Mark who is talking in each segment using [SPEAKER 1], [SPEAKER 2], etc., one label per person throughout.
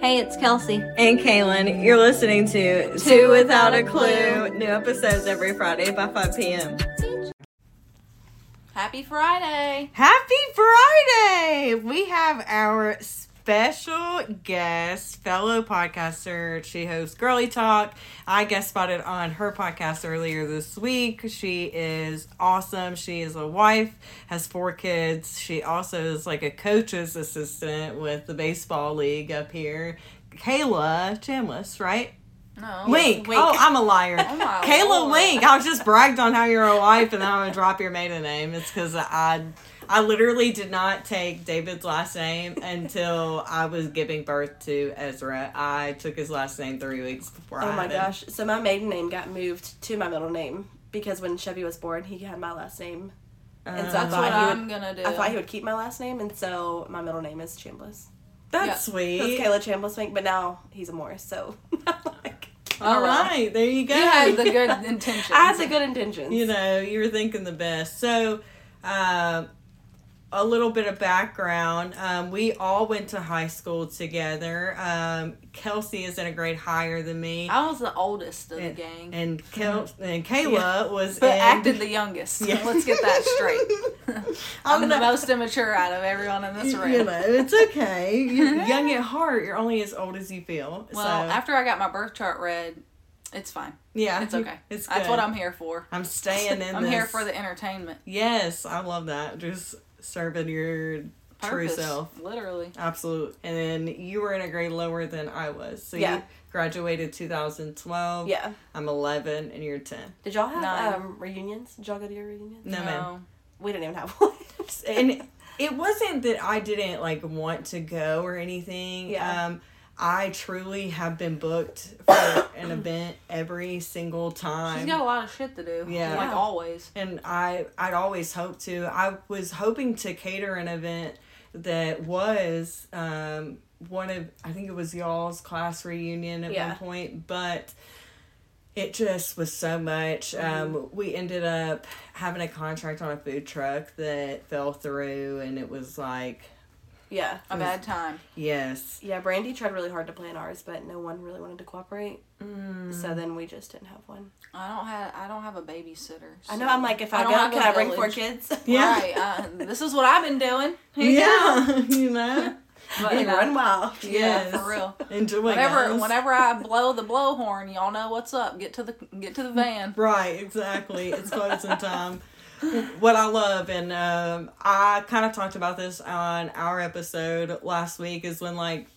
[SPEAKER 1] Hey, it's Kelsey.
[SPEAKER 2] And Kaylin, you're listening to Two Without a Clue. New episodes every Friday by 5 p.m.
[SPEAKER 1] Happy Friday.
[SPEAKER 2] Happy Friday! We have our special guest, fellow podcaster. She hosts Girly Talk. I guest spotted on her podcast earlier this week. She is awesome. She is a wife, has four kids. She also is like a coach's assistant with the baseball league up here. Kayla Chambliss, right?
[SPEAKER 1] No.
[SPEAKER 2] Wink. Oh, I'm a liar.
[SPEAKER 1] my
[SPEAKER 2] Kayla
[SPEAKER 1] Lord.
[SPEAKER 2] Wink. I was just bragged on how you're a wife, and then I'm gonna drop your maiden name. It's because I, I literally did not take David's last name until I was giving birth to Ezra. I took his last name three weeks before. I
[SPEAKER 3] Oh my
[SPEAKER 2] had him.
[SPEAKER 3] gosh. So my maiden name got moved to my middle name because when Chevy was born, he had my last name. And so I
[SPEAKER 1] That's what
[SPEAKER 2] Uh,
[SPEAKER 3] thought he would
[SPEAKER 1] I'm gonna do.
[SPEAKER 3] I thought he would keep my last name and so my middle name is Chambliss.
[SPEAKER 2] That's
[SPEAKER 1] Yeah.
[SPEAKER 2] sweet.
[SPEAKER 3] It was Kayla Chambliss Wink, but now he's a Morris, so I'm like
[SPEAKER 2] All
[SPEAKER 1] Oh, well.
[SPEAKER 2] right, there you go.
[SPEAKER 1] You had the good intentions.
[SPEAKER 3] I had the good intentions.
[SPEAKER 2] you know, you were thinking the best. So, uh, a little bit of background. Um, we all went to high school together. Um, Kelsey is in a grade higher than me.
[SPEAKER 1] I was the oldest of the
[SPEAKER 2] and,
[SPEAKER 1] gang,
[SPEAKER 2] And, Kel- and Kayla was
[SPEAKER 1] Mm-hmm. but
[SPEAKER 2] in,
[SPEAKER 1] acted the youngest.
[SPEAKER 2] Yeah.
[SPEAKER 1] Let's get that straight. I'm, the
[SPEAKER 2] not-
[SPEAKER 1] most immature out of everyone in this
[SPEAKER 2] You
[SPEAKER 1] room.
[SPEAKER 2] know, it's okay. You're young at heart. You're only as old as you feel.
[SPEAKER 1] well,
[SPEAKER 2] so,
[SPEAKER 1] after I got my birth chart read, it's fine.
[SPEAKER 2] yeah,
[SPEAKER 1] It's okay.
[SPEAKER 2] It's
[SPEAKER 1] That's
[SPEAKER 2] good.
[SPEAKER 1] what I'm here for.
[SPEAKER 2] I'm staying in.
[SPEAKER 1] I'm here
[SPEAKER 2] this.
[SPEAKER 1] for the entertainment.
[SPEAKER 2] Yes, I love that. Just serving your true
[SPEAKER 1] purpose,
[SPEAKER 2] self.
[SPEAKER 1] Literally.
[SPEAKER 2] Absolute. And then you were in a grade lower than I was. So
[SPEAKER 3] Yeah.
[SPEAKER 2] you graduated 2012.
[SPEAKER 3] Yeah.
[SPEAKER 2] I'm 11 and you're 10.
[SPEAKER 3] Did y'all have
[SPEAKER 1] Nine.
[SPEAKER 3] um, reunions? Did y'all go to your reunions?
[SPEAKER 2] No, ma'am.
[SPEAKER 3] We didn't even have one.
[SPEAKER 2] And it wasn't that I didn't like want to go or anything.
[SPEAKER 3] Yeah.
[SPEAKER 2] Um, I truly have been booked for an event every single time.
[SPEAKER 1] She's got a lot of shit to do.
[SPEAKER 2] Yeah.
[SPEAKER 1] Like
[SPEAKER 3] Yeah.
[SPEAKER 1] always.
[SPEAKER 2] and I I'd always hoped to. I was hoping to cater an event that was um one of I think it was y'all's class reunion at
[SPEAKER 3] Yeah.
[SPEAKER 2] one point, but it just was so much.
[SPEAKER 1] Mm-hmm.
[SPEAKER 2] Um, we ended up having a contract on a food truck that fell through, and it was like,
[SPEAKER 3] yeah.
[SPEAKER 1] A bad time.
[SPEAKER 2] yes,
[SPEAKER 3] Yeah, Brandy tried really hard to plan ours, but no one really wanted to cooperate.
[SPEAKER 1] Mm.
[SPEAKER 3] So then we just didn't have one.
[SPEAKER 1] I don't have I don't have a babysitter.
[SPEAKER 3] I
[SPEAKER 1] so-
[SPEAKER 3] know. I'm like, if I,
[SPEAKER 1] I don't have
[SPEAKER 3] go,
[SPEAKER 1] a
[SPEAKER 3] can I bring four
[SPEAKER 1] village.
[SPEAKER 3] kids?
[SPEAKER 2] Yeah.
[SPEAKER 1] Right. Uh, this is what I've been doing.
[SPEAKER 2] yeah, you know,
[SPEAKER 1] But,
[SPEAKER 3] and
[SPEAKER 1] you know,
[SPEAKER 3] run wild.
[SPEAKER 1] yeah,
[SPEAKER 2] yes,
[SPEAKER 1] for real.
[SPEAKER 2] enjoy.
[SPEAKER 1] Whenever
[SPEAKER 2] guys.
[SPEAKER 1] whenever I blow the blowhorn, y'all know what's up. Get to the get to the van.
[SPEAKER 2] Right, exactly. It's closing time. What I love, and um, I kind of talked about this on our episode last week, is when like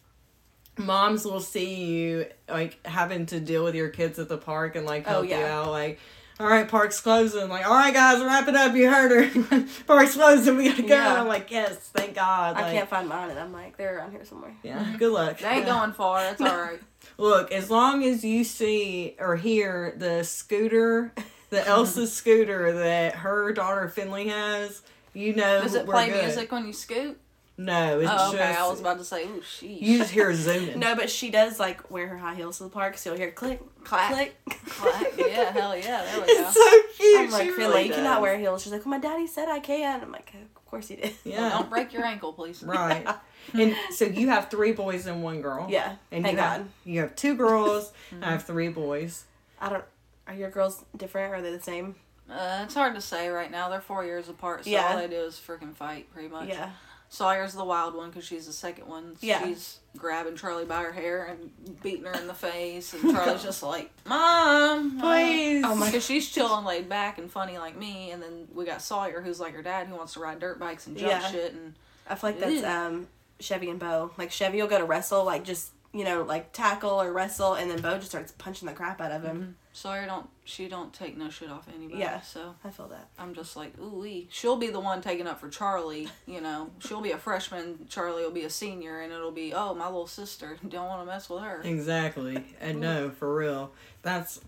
[SPEAKER 2] moms will see you like having to deal with your kids at the park and like
[SPEAKER 3] Oh,
[SPEAKER 2] help you
[SPEAKER 3] yeah.
[SPEAKER 2] out, like. All right, park's closing. Like, all right, guys, wrap it up. You heard her. park's closing. We gotta go.
[SPEAKER 3] Yeah.
[SPEAKER 2] I'm like, yes, thank God.
[SPEAKER 3] I
[SPEAKER 2] Like,
[SPEAKER 3] can't find mine, and I'm like, they're around here somewhere.
[SPEAKER 2] Yeah, good luck.
[SPEAKER 1] They ain't
[SPEAKER 2] Yeah.
[SPEAKER 1] going far. It's all right.
[SPEAKER 2] Look, as long as you see or hear the scooter, the Elsa scooter that her daughter Finley has, you know
[SPEAKER 1] Does it
[SPEAKER 2] we're
[SPEAKER 1] play
[SPEAKER 2] good.
[SPEAKER 1] music when you scoot?
[SPEAKER 2] No, it's
[SPEAKER 1] Oh, okay.
[SPEAKER 2] just
[SPEAKER 1] I was about to say, ooh, sheesh.
[SPEAKER 2] you just hear zooming.
[SPEAKER 3] No, but she does like wear her high heels to the park, so you'll hear click,
[SPEAKER 1] Clack.
[SPEAKER 3] click.
[SPEAKER 1] Clack. Yeah, hell yeah. There we go.
[SPEAKER 2] it's so cute.
[SPEAKER 3] I'm like,
[SPEAKER 2] she
[SPEAKER 3] Finley,
[SPEAKER 2] really
[SPEAKER 3] you cannot
[SPEAKER 2] does.
[SPEAKER 3] wear heels. She's like, well, my daddy said I can. I'm like, of course he did.
[SPEAKER 2] Yeah,
[SPEAKER 1] Well, don't break your ankle, please.
[SPEAKER 2] right. And so you have three boys and one girl.
[SPEAKER 3] Yeah.
[SPEAKER 2] and
[SPEAKER 3] thank
[SPEAKER 2] you have
[SPEAKER 3] God.
[SPEAKER 2] you have two girls. and I have three boys.
[SPEAKER 3] I don't. Are your girls different? Or are they the same?
[SPEAKER 1] Uh, it's hard to say right now. They're four years apart, so
[SPEAKER 3] Yeah.
[SPEAKER 1] all they do is freaking fight, pretty much.
[SPEAKER 3] Yeah.
[SPEAKER 1] Sawyer's the wild one because she's the second one.
[SPEAKER 3] Yeah.
[SPEAKER 1] She's grabbing Charlie by her hair and beating her in the face, and Charlie's just like, "Mom,
[SPEAKER 2] Please.
[SPEAKER 3] Oh my-
[SPEAKER 1] Because she's chill and laid back and funny like me, and then we got Sawyer, who's like her dad, who wants to ride dirt bikes and jump
[SPEAKER 3] Yeah.
[SPEAKER 1] shit, and
[SPEAKER 3] I feel like that's
[SPEAKER 1] Ew.
[SPEAKER 3] um Chevy and Bo. Like Chevy will go to wrestle, like just you know, like tackle or wrestle, and then Bo just starts punching the crap out of him.
[SPEAKER 1] Sawyer don't she don't take no shit off anybody.
[SPEAKER 3] Yeah.
[SPEAKER 1] So
[SPEAKER 3] I feel that.
[SPEAKER 1] I'm just like, ooh, wee. she'll be the one taking up for Charlie. You know, she'll be a freshman, Charlie will be a senior, and it'll be, oh, my little sister. Don't want to mess with her.
[SPEAKER 2] Exactly. And no, for real. That's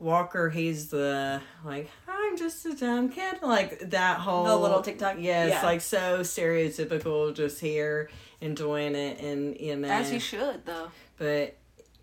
[SPEAKER 2] Walker, he's the like, I'm just a dumb kid. Like that whole
[SPEAKER 3] little TikTok-
[SPEAKER 2] Yes,
[SPEAKER 3] yeah.
[SPEAKER 2] like so stereotypical, just here enjoying it and you know
[SPEAKER 1] As he should, though.
[SPEAKER 2] but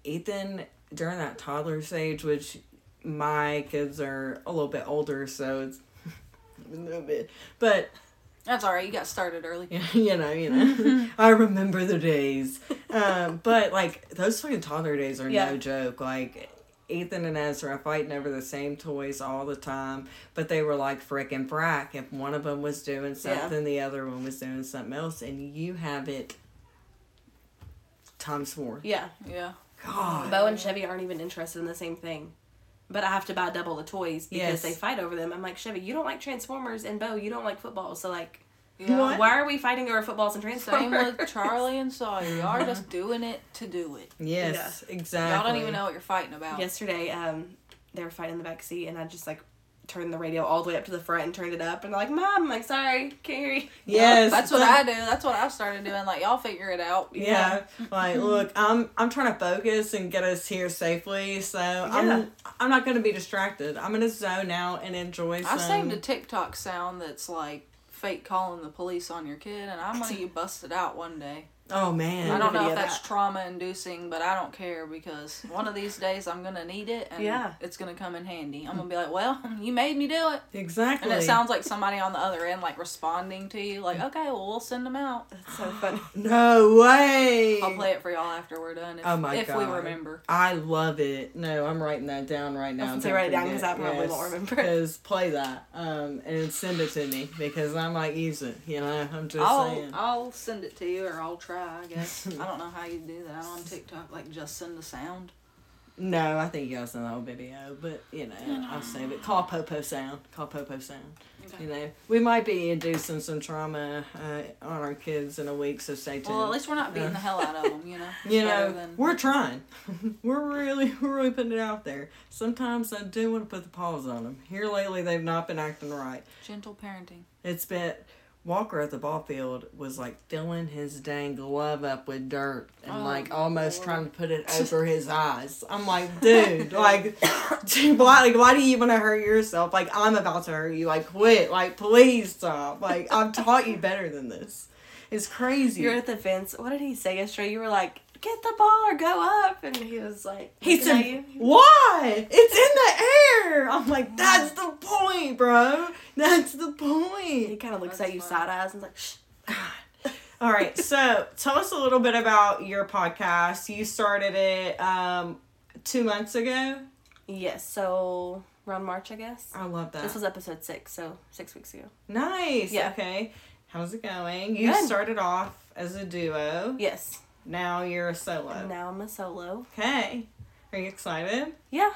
[SPEAKER 2] Ethan during that toddler stage, which my kids are a little bit older, so it's a little bit but
[SPEAKER 1] That's all right. You got started early. Mm-hmm.
[SPEAKER 2] you know, you know. I remember the days. um, but like those fucking toddler days are
[SPEAKER 3] Yeah.
[SPEAKER 2] no joke. Like Ethan and Ezra fighting over the same toys all the time, but they were like frick and frack. If one of them was doing something, the other one was doing something else, and you have it times four.
[SPEAKER 3] Yeah.
[SPEAKER 1] Yeah.
[SPEAKER 2] God,
[SPEAKER 3] Bo and Chevy aren't even interested in the same thing. But I have to buy double the toys because
[SPEAKER 2] Yes.
[SPEAKER 3] they fight over them. I'm like, Chevy, you don't like Transformers and Bo, you don't like football. So like
[SPEAKER 1] Yeah.
[SPEAKER 2] What?
[SPEAKER 3] why are we fighting over footballs and
[SPEAKER 1] Same
[SPEAKER 3] Transformers?
[SPEAKER 1] with Charlie and Sawyer. Y'all are just doing it to do it.
[SPEAKER 2] yes, exactly.
[SPEAKER 1] Y'all don't even know what you're fighting about.
[SPEAKER 3] Yesterday, um, they were fighting in the back seat and I just like turned the radio all the way up to the front and turned it up and they're like, Mom, I'm like, sorry, can't hear you.
[SPEAKER 2] Yes,
[SPEAKER 1] That's what
[SPEAKER 2] but-
[SPEAKER 1] I do. That's what I started doing. Like y'all figure it out.
[SPEAKER 2] Yeah. Like, look, I'm I'm trying to focus and get us here safely, so
[SPEAKER 3] Yeah.
[SPEAKER 2] I'm I'm not gonna be distracted. I'm gonna zone out and enjoy some
[SPEAKER 1] I saved a TikTok sound that's like fake calling the police on your kid, and I'm gonna get busted out one day.
[SPEAKER 2] Oh man.
[SPEAKER 1] I don't know
[SPEAKER 3] video
[SPEAKER 1] if that's
[SPEAKER 3] that.
[SPEAKER 1] trauma inducing, but I don't care because one of these days I'm gonna need it, and
[SPEAKER 3] Yeah.
[SPEAKER 1] it's gonna come in handy. I'm gonna be like, well, you made me do it,
[SPEAKER 2] Exactly. Mm.
[SPEAKER 1] and it sounds like somebody on the other end like responding to you, like, okay, well we'll send them out.
[SPEAKER 3] That's so funny.
[SPEAKER 2] No way.
[SPEAKER 1] I'll play it for y'all after we're done. If,
[SPEAKER 2] Oh my
[SPEAKER 1] if we
[SPEAKER 2] God.
[SPEAKER 1] remember.
[SPEAKER 2] I love it. No, I'm writing that down right now.
[SPEAKER 3] I was
[SPEAKER 2] Don't
[SPEAKER 3] gonna say, write it down
[SPEAKER 2] forget.
[SPEAKER 3] 'cause I probably won't remember.
[SPEAKER 2] 'cause play that um, and send it to me because I might use it. You know, I'm just
[SPEAKER 1] I'll
[SPEAKER 2] saying.
[SPEAKER 1] I'll send it to you or I'll try. I guess I don't know how you do that. I'm on TikTok like just send a sound.
[SPEAKER 2] No, I think you guys know the whole video, but you know, I'll save it. Call Popo Sound. Call Popo Sound. You know, we might be inducing some trauma uh, on our kids in a week, so stay tuned.
[SPEAKER 1] Well, at least we're not beating
[SPEAKER 2] Yeah.
[SPEAKER 1] the hell out of them, you know.
[SPEAKER 2] you know,
[SPEAKER 1] rather than-
[SPEAKER 2] we're trying. we're really, we're really putting it out there. Sometimes I do want to put the paws on them. Here lately, they've not been acting right.
[SPEAKER 1] gentle parenting.
[SPEAKER 2] It's been Walker at the ball field was like filling his dang glove up with dirt and
[SPEAKER 1] Oh,
[SPEAKER 2] like almost
[SPEAKER 1] Lord.
[SPEAKER 2] trying to put it over his eyes. I'm like, dude, like, dude, why, like, why do you want to hurt yourself? Like, I'm about to hurt you. Like, quit. Like, please stop. Like, I've taught you better than this. It's crazy.
[SPEAKER 3] You're at the fence. What did he say yesterday? You were like, Get the ball or go up and he was like
[SPEAKER 2] He
[SPEAKER 3] looking at
[SPEAKER 2] said,
[SPEAKER 3] you.
[SPEAKER 2] "Why? It's in the air." I'm like, "That's the point, bro. That's the point."
[SPEAKER 3] He kind of looks
[SPEAKER 1] That's
[SPEAKER 3] at you
[SPEAKER 1] funny.
[SPEAKER 3] side eyes and is like, Shh.
[SPEAKER 2] All right, so tell us a little bit about your podcast. You started it um, two months ago.
[SPEAKER 3] Yes, so around March, I guess.
[SPEAKER 2] I love that.
[SPEAKER 3] This was episode six, so six weeks ago.
[SPEAKER 2] nice.
[SPEAKER 3] Yeah.
[SPEAKER 2] Okay, how's it going? You
[SPEAKER 3] Good.
[SPEAKER 2] started off as a duo.
[SPEAKER 3] Yes.
[SPEAKER 2] Now you're a solo.
[SPEAKER 3] And now I'm a solo.
[SPEAKER 2] Okay, are you excited?
[SPEAKER 3] Yeah,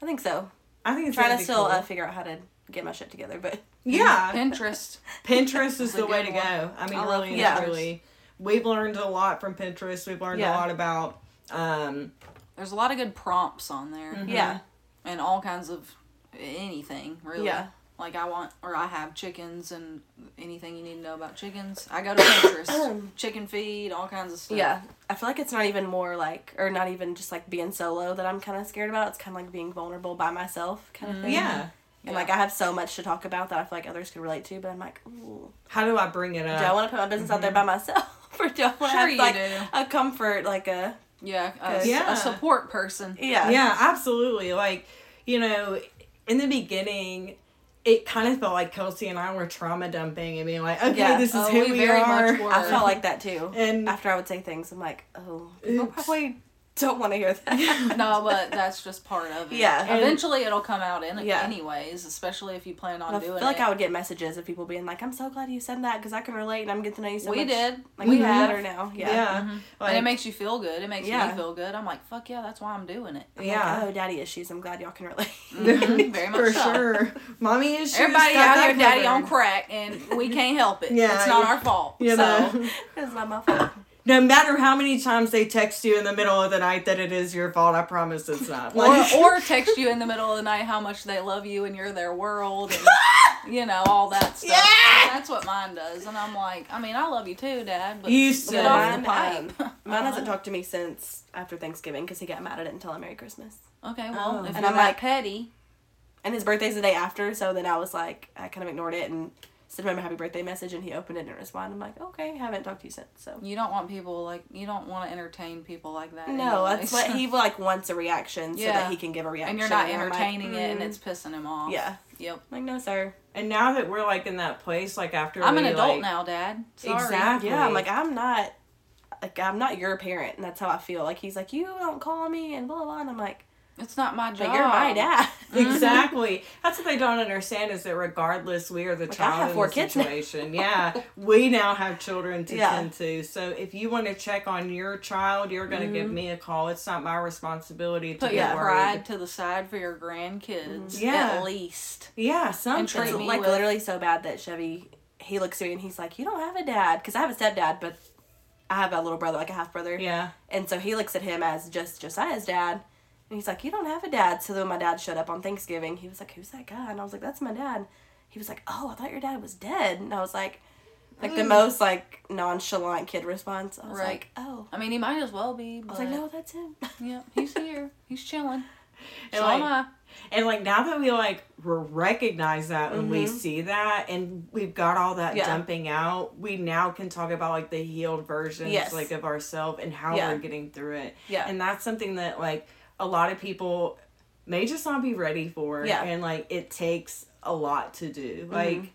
[SPEAKER 3] I think so.
[SPEAKER 2] I think it's
[SPEAKER 3] trying
[SPEAKER 2] gonna
[SPEAKER 3] to
[SPEAKER 2] be
[SPEAKER 3] still
[SPEAKER 2] cool.
[SPEAKER 3] uh, figure out how to get my shit together, but
[SPEAKER 2] yeah.
[SPEAKER 1] Pinterest.
[SPEAKER 2] Pinterest is
[SPEAKER 1] It's a
[SPEAKER 2] the way to
[SPEAKER 1] good
[SPEAKER 2] go.
[SPEAKER 1] one.
[SPEAKER 2] I mean,
[SPEAKER 1] I love
[SPEAKER 2] really and
[SPEAKER 3] Pinterest.
[SPEAKER 2] truly, we've learned a lot from Pinterest. We've learned a
[SPEAKER 3] Yeah.
[SPEAKER 2] lot about um,
[SPEAKER 1] There's a lot of good prompts on there,
[SPEAKER 2] Mm-hmm.
[SPEAKER 3] yeah,
[SPEAKER 1] and all kinds of anything really.
[SPEAKER 3] Yeah.
[SPEAKER 1] Like I want, or I have chickens, and anything you need to know about chickens, I go to Pinterest. Chicken feed, all kinds of stuff.
[SPEAKER 3] yeah. I feel like it's not even more like, or not even just like being solo that I'm kind of scared about. It's kind of like being vulnerable by myself kind of thing.
[SPEAKER 2] Mm-hmm. yeah.
[SPEAKER 3] And like I have so much to talk about that I feel like others could relate to, but I'm like, ooh,
[SPEAKER 2] How do I bring it
[SPEAKER 3] do
[SPEAKER 2] up?
[SPEAKER 3] I want to put my business out there by
[SPEAKER 2] Mm-hmm.
[SPEAKER 3] myself, or do I want
[SPEAKER 1] Sure
[SPEAKER 3] to have
[SPEAKER 1] you
[SPEAKER 3] like
[SPEAKER 1] do.
[SPEAKER 3] a comfort, like a
[SPEAKER 1] yeah, a,
[SPEAKER 2] Yeah.
[SPEAKER 1] a support person.
[SPEAKER 3] yeah,
[SPEAKER 2] yeah, absolutely. Like, you know, in the beginning, it kind of felt like Kelsey and I were trauma dumping and being like, okay,
[SPEAKER 3] Yeah.
[SPEAKER 2] this is
[SPEAKER 1] Oh,
[SPEAKER 2] who we,
[SPEAKER 1] we very
[SPEAKER 2] are.
[SPEAKER 1] much were.
[SPEAKER 3] I felt like that too.
[SPEAKER 1] Mm.
[SPEAKER 2] And
[SPEAKER 3] After I would say things, I'm like, oh, people
[SPEAKER 2] Oops.
[SPEAKER 3] probably don't want to hear that.
[SPEAKER 1] no, but that's just part of it.
[SPEAKER 3] Yeah. And-
[SPEAKER 1] Eventually, it'll come out in
[SPEAKER 3] Yeah.
[SPEAKER 1] anyways, especially if you plan on
[SPEAKER 3] I
[SPEAKER 1] doing
[SPEAKER 3] feel like
[SPEAKER 1] it.
[SPEAKER 3] I would get messages of people being like, "I'm so glad you said that because I can relate and I'm getting to know you so
[SPEAKER 1] we
[SPEAKER 3] much."
[SPEAKER 1] did.
[SPEAKER 3] Like
[SPEAKER 2] We
[SPEAKER 3] we had
[SPEAKER 2] have.
[SPEAKER 3] or now,
[SPEAKER 2] yeah.
[SPEAKER 3] yeah.
[SPEAKER 2] Like,
[SPEAKER 1] Mm-hmm. and it makes you feel good. It makes
[SPEAKER 3] Yeah.
[SPEAKER 1] me feel good. I'm like, fuck yeah, that's why I'm doing it.
[SPEAKER 3] I'm
[SPEAKER 2] yeah.
[SPEAKER 3] Like, oh, daddy issues. I'm glad y'all can relate.
[SPEAKER 1] Mhm, very much
[SPEAKER 2] For
[SPEAKER 1] so.
[SPEAKER 2] sure. Mommy is
[SPEAKER 1] Everybody out here, daddy on crack, and we can't help it.
[SPEAKER 2] Yeah,
[SPEAKER 1] it's not
[SPEAKER 2] you-
[SPEAKER 1] our fault. so
[SPEAKER 2] You know,
[SPEAKER 3] it's not my fault.
[SPEAKER 2] no matter how many times they text you in the middle of the night that it is your fault, I promise it's not. Like-
[SPEAKER 1] or, or text you in the middle of the night how much they love you and you're their world and you know all that stuff
[SPEAKER 2] Yeah.
[SPEAKER 1] that's what mine does and i'm like i mean i love you too dad but
[SPEAKER 2] You
[SPEAKER 1] get
[SPEAKER 2] said
[SPEAKER 1] off the
[SPEAKER 3] mine,
[SPEAKER 1] pipe
[SPEAKER 3] Mine hasn't
[SPEAKER 1] Uh-huh.
[SPEAKER 3] talked to me since after Thanksgiving because he got mad at it and tell him Merry Christmas.
[SPEAKER 1] okay well
[SPEAKER 2] Oh.
[SPEAKER 1] if
[SPEAKER 3] And
[SPEAKER 1] you're
[SPEAKER 3] I'm
[SPEAKER 1] that
[SPEAKER 3] like-
[SPEAKER 1] petty
[SPEAKER 3] And his birthday's the day after, so then I was like, I kind of ignored it and sent him a happy birthday message, and he opened it and didn't respond. I'm like, okay, haven't talked to you since. So
[SPEAKER 1] you don't want people like you don't want to entertain people like that
[SPEAKER 3] no,
[SPEAKER 1] anyways.
[SPEAKER 3] that's what he like wants a reaction so
[SPEAKER 1] Yeah.
[SPEAKER 3] that he can give a reaction.
[SPEAKER 1] and you're not
[SPEAKER 3] I'm like,
[SPEAKER 1] entertaining it and
[SPEAKER 3] mm,
[SPEAKER 1] it's pissing him off
[SPEAKER 3] yeah.
[SPEAKER 1] yep
[SPEAKER 3] I'm like no, sir.
[SPEAKER 2] and now that we're like in that place, like after
[SPEAKER 1] i'm
[SPEAKER 2] we,
[SPEAKER 1] an adult
[SPEAKER 2] like-
[SPEAKER 1] now dad Sorry.
[SPEAKER 2] Exactly.
[SPEAKER 3] Yeah, I'm like, I'm not like I'm not your parent, and that's how I feel. Like he's like, you don't call me, and blah blah. blah. And I'm like,
[SPEAKER 1] It's not my
[SPEAKER 3] but
[SPEAKER 1] job.
[SPEAKER 3] you're my dad.
[SPEAKER 2] Exactly. That's what they don't understand is that regardless, we are the
[SPEAKER 3] Like, I
[SPEAKER 2] child
[SPEAKER 3] have
[SPEAKER 2] in
[SPEAKER 3] four
[SPEAKER 2] the
[SPEAKER 3] kids now.
[SPEAKER 2] situation. yeah, we now have children to
[SPEAKER 3] Yeah.
[SPEAKER 2] tend to. So if you want to check on your child, you're going to give
[SPEAKER 3] Mm-hmm.
[SPEAKER 2] me a call. It's not my responsibility to
[SPEAKER 1] Put
[SPEAKER 2] be
[SPEAKER 1] your
[SPEAKER 2] worried. Mm-hmm.
[SPEAKER 1] pride to the side for your grandkids.
[SPEAKER 2] Yeah.
[SPEAKER 1] At least.
[SPEAKER 2] Yeah, something.
[SPEAKER 1] treat
[SPEAKER 3] It's
[SPEAKER 1] me
[SPEAKER 3] like
[SPEAKER 1] with-
[SPEAKER 3] literally so bad that Chevy he looks at me and he's like, you don't have a dad because I have a stepdad, but I have a little brother, like a half brother.
[SPEAKER 2] Yeah.
[SPEAKER 3] And so he looks at him as just Josiah's dad. And he's like, You don't have a dad. So then my dad showed up on Thanksgiving. He was like, Who's that guy? And I was like, That's my dad. He was like, Oh, I thought your dad was dead. And I was like, like the most like nonchalant kid response. I was
[SPEAKER 1] Right.
[SPEAKER 3] like, Oh.
[SPEAKER 1] I mean, he might as well be.
[SPEAKER 3] I
[SPEAKER 1] But,
[SPEAKER 3] was like, No, that's him.
[SPEAKER 1] Yeah, he's here. He's chilling.
[SPEAKER 2] And
[SPEAKER 1] So
[SPEAKER 2] like-
[SPEAKER 1] am I.
[SPEAKER 2] And like now that we like re- recognize that when we
[SPEAKER 1] Mm-hmm.
[SPEAKER 2] see that and we've got all that
[SPEAKER 3] Yeah.
[SPEAKER 2] dumping out, we now can talk about like the healed versions
[SPEAKER 3] Yes.
[SPEAKER 2] like of ourselves and how
[SPEAKER 3] Yeah.
[SPEAKER 2] we're getting through it.
[SPEAKER 3] Yeah.
[SPEAKER 2] And that's something that like a lot of people may just not be ready for.
[SPEAKER 3] Yeah.
[SPEAKER 2] And like it takes a lot to do.
[SPEAKER 1] Mm-hmm.
[SPEAKER 2] Like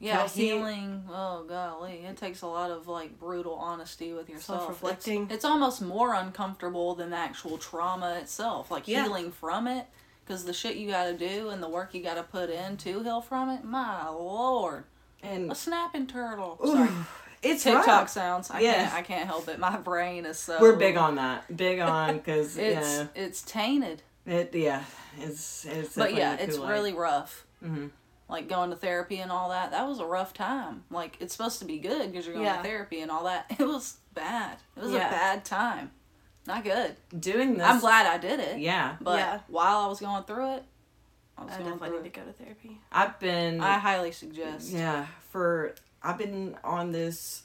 [SPEAKER 1] Yeah,
[SPEAKER 2] Kelsey-
[SPEAKER 1] healing. Oh golly, it takes a lot of like brutal honesty with yourself. It's-
[SPEAKER 3] Self-reflecting.
[SPEAKER 1] It's, almost more uncomfortable than the actual trauma itself. Like
[SPEAKER 2] Yeah.
[SPEAKER 1] healing from it, because the shit you got to do and the work you got to put in to heal from it. My lord,
[SPEAKER 2] and
[SPEAKER 1] a snapping turtle. Sorry,
[SPEAKER 2] it's
[SPEAKER 1] TikTok
[SPEAKER 2] rough.
[SPEAKER 1] sounds. I
[SPEAKER 2] Yes.
[SPEAKER 1] can't. I can't help it. My brain is so.
[SPEAKER 2] We're big on that. Big on because
[SPEAKER 1] It's
[SPEAKER 2] yeah,
[SPEAKER 1] it's tainted.
[SPEAKER 2] it yeah, it's it's
[SPEAKER 1] but
[SPEAKER 2] definitely
[SPEAKER 1] yeah,
[SPEAKER 2] the
[SPEAKER 1] it's
[SPEAKER 2] Kool-Aid.
[SPEAKER 1] really rough.
[SPEAKER 3] Mm-hmm.
[SPEAKER 1] Like going to therapy and all that. That was a rough time. Like it's supposed to be good because you're going
[SPEAKER 3] Yeah.
[SPEAKER 1] to therapy and all that. It was bad. It was
[SPEAKER 3] Yeah.
[SPEAKER 1] a bad time. Not good.
[SPEAKER 2] doing this.
[SPEAKER 1] I'm glad I did it.
[SPEAKER 2] Yeah,
[SPEAKER 1] But
[SPEAKER 3] Yeah.
[SPEAKER 1] while I was going through it, I was
[SPEAKER 3] I
[SPEAKER 1] going
[SPEAKER 3] definitely
[SPEAKER 1] through
[SPEAKER 3] need
[SPEAKER 1] it.
[SPEAKER 3] to go to therapy.
[SPEAKER 2] I've been.
[SPEAKER 1] I highly suggest.
[SPEAKER 2] Yeah, for I've been on this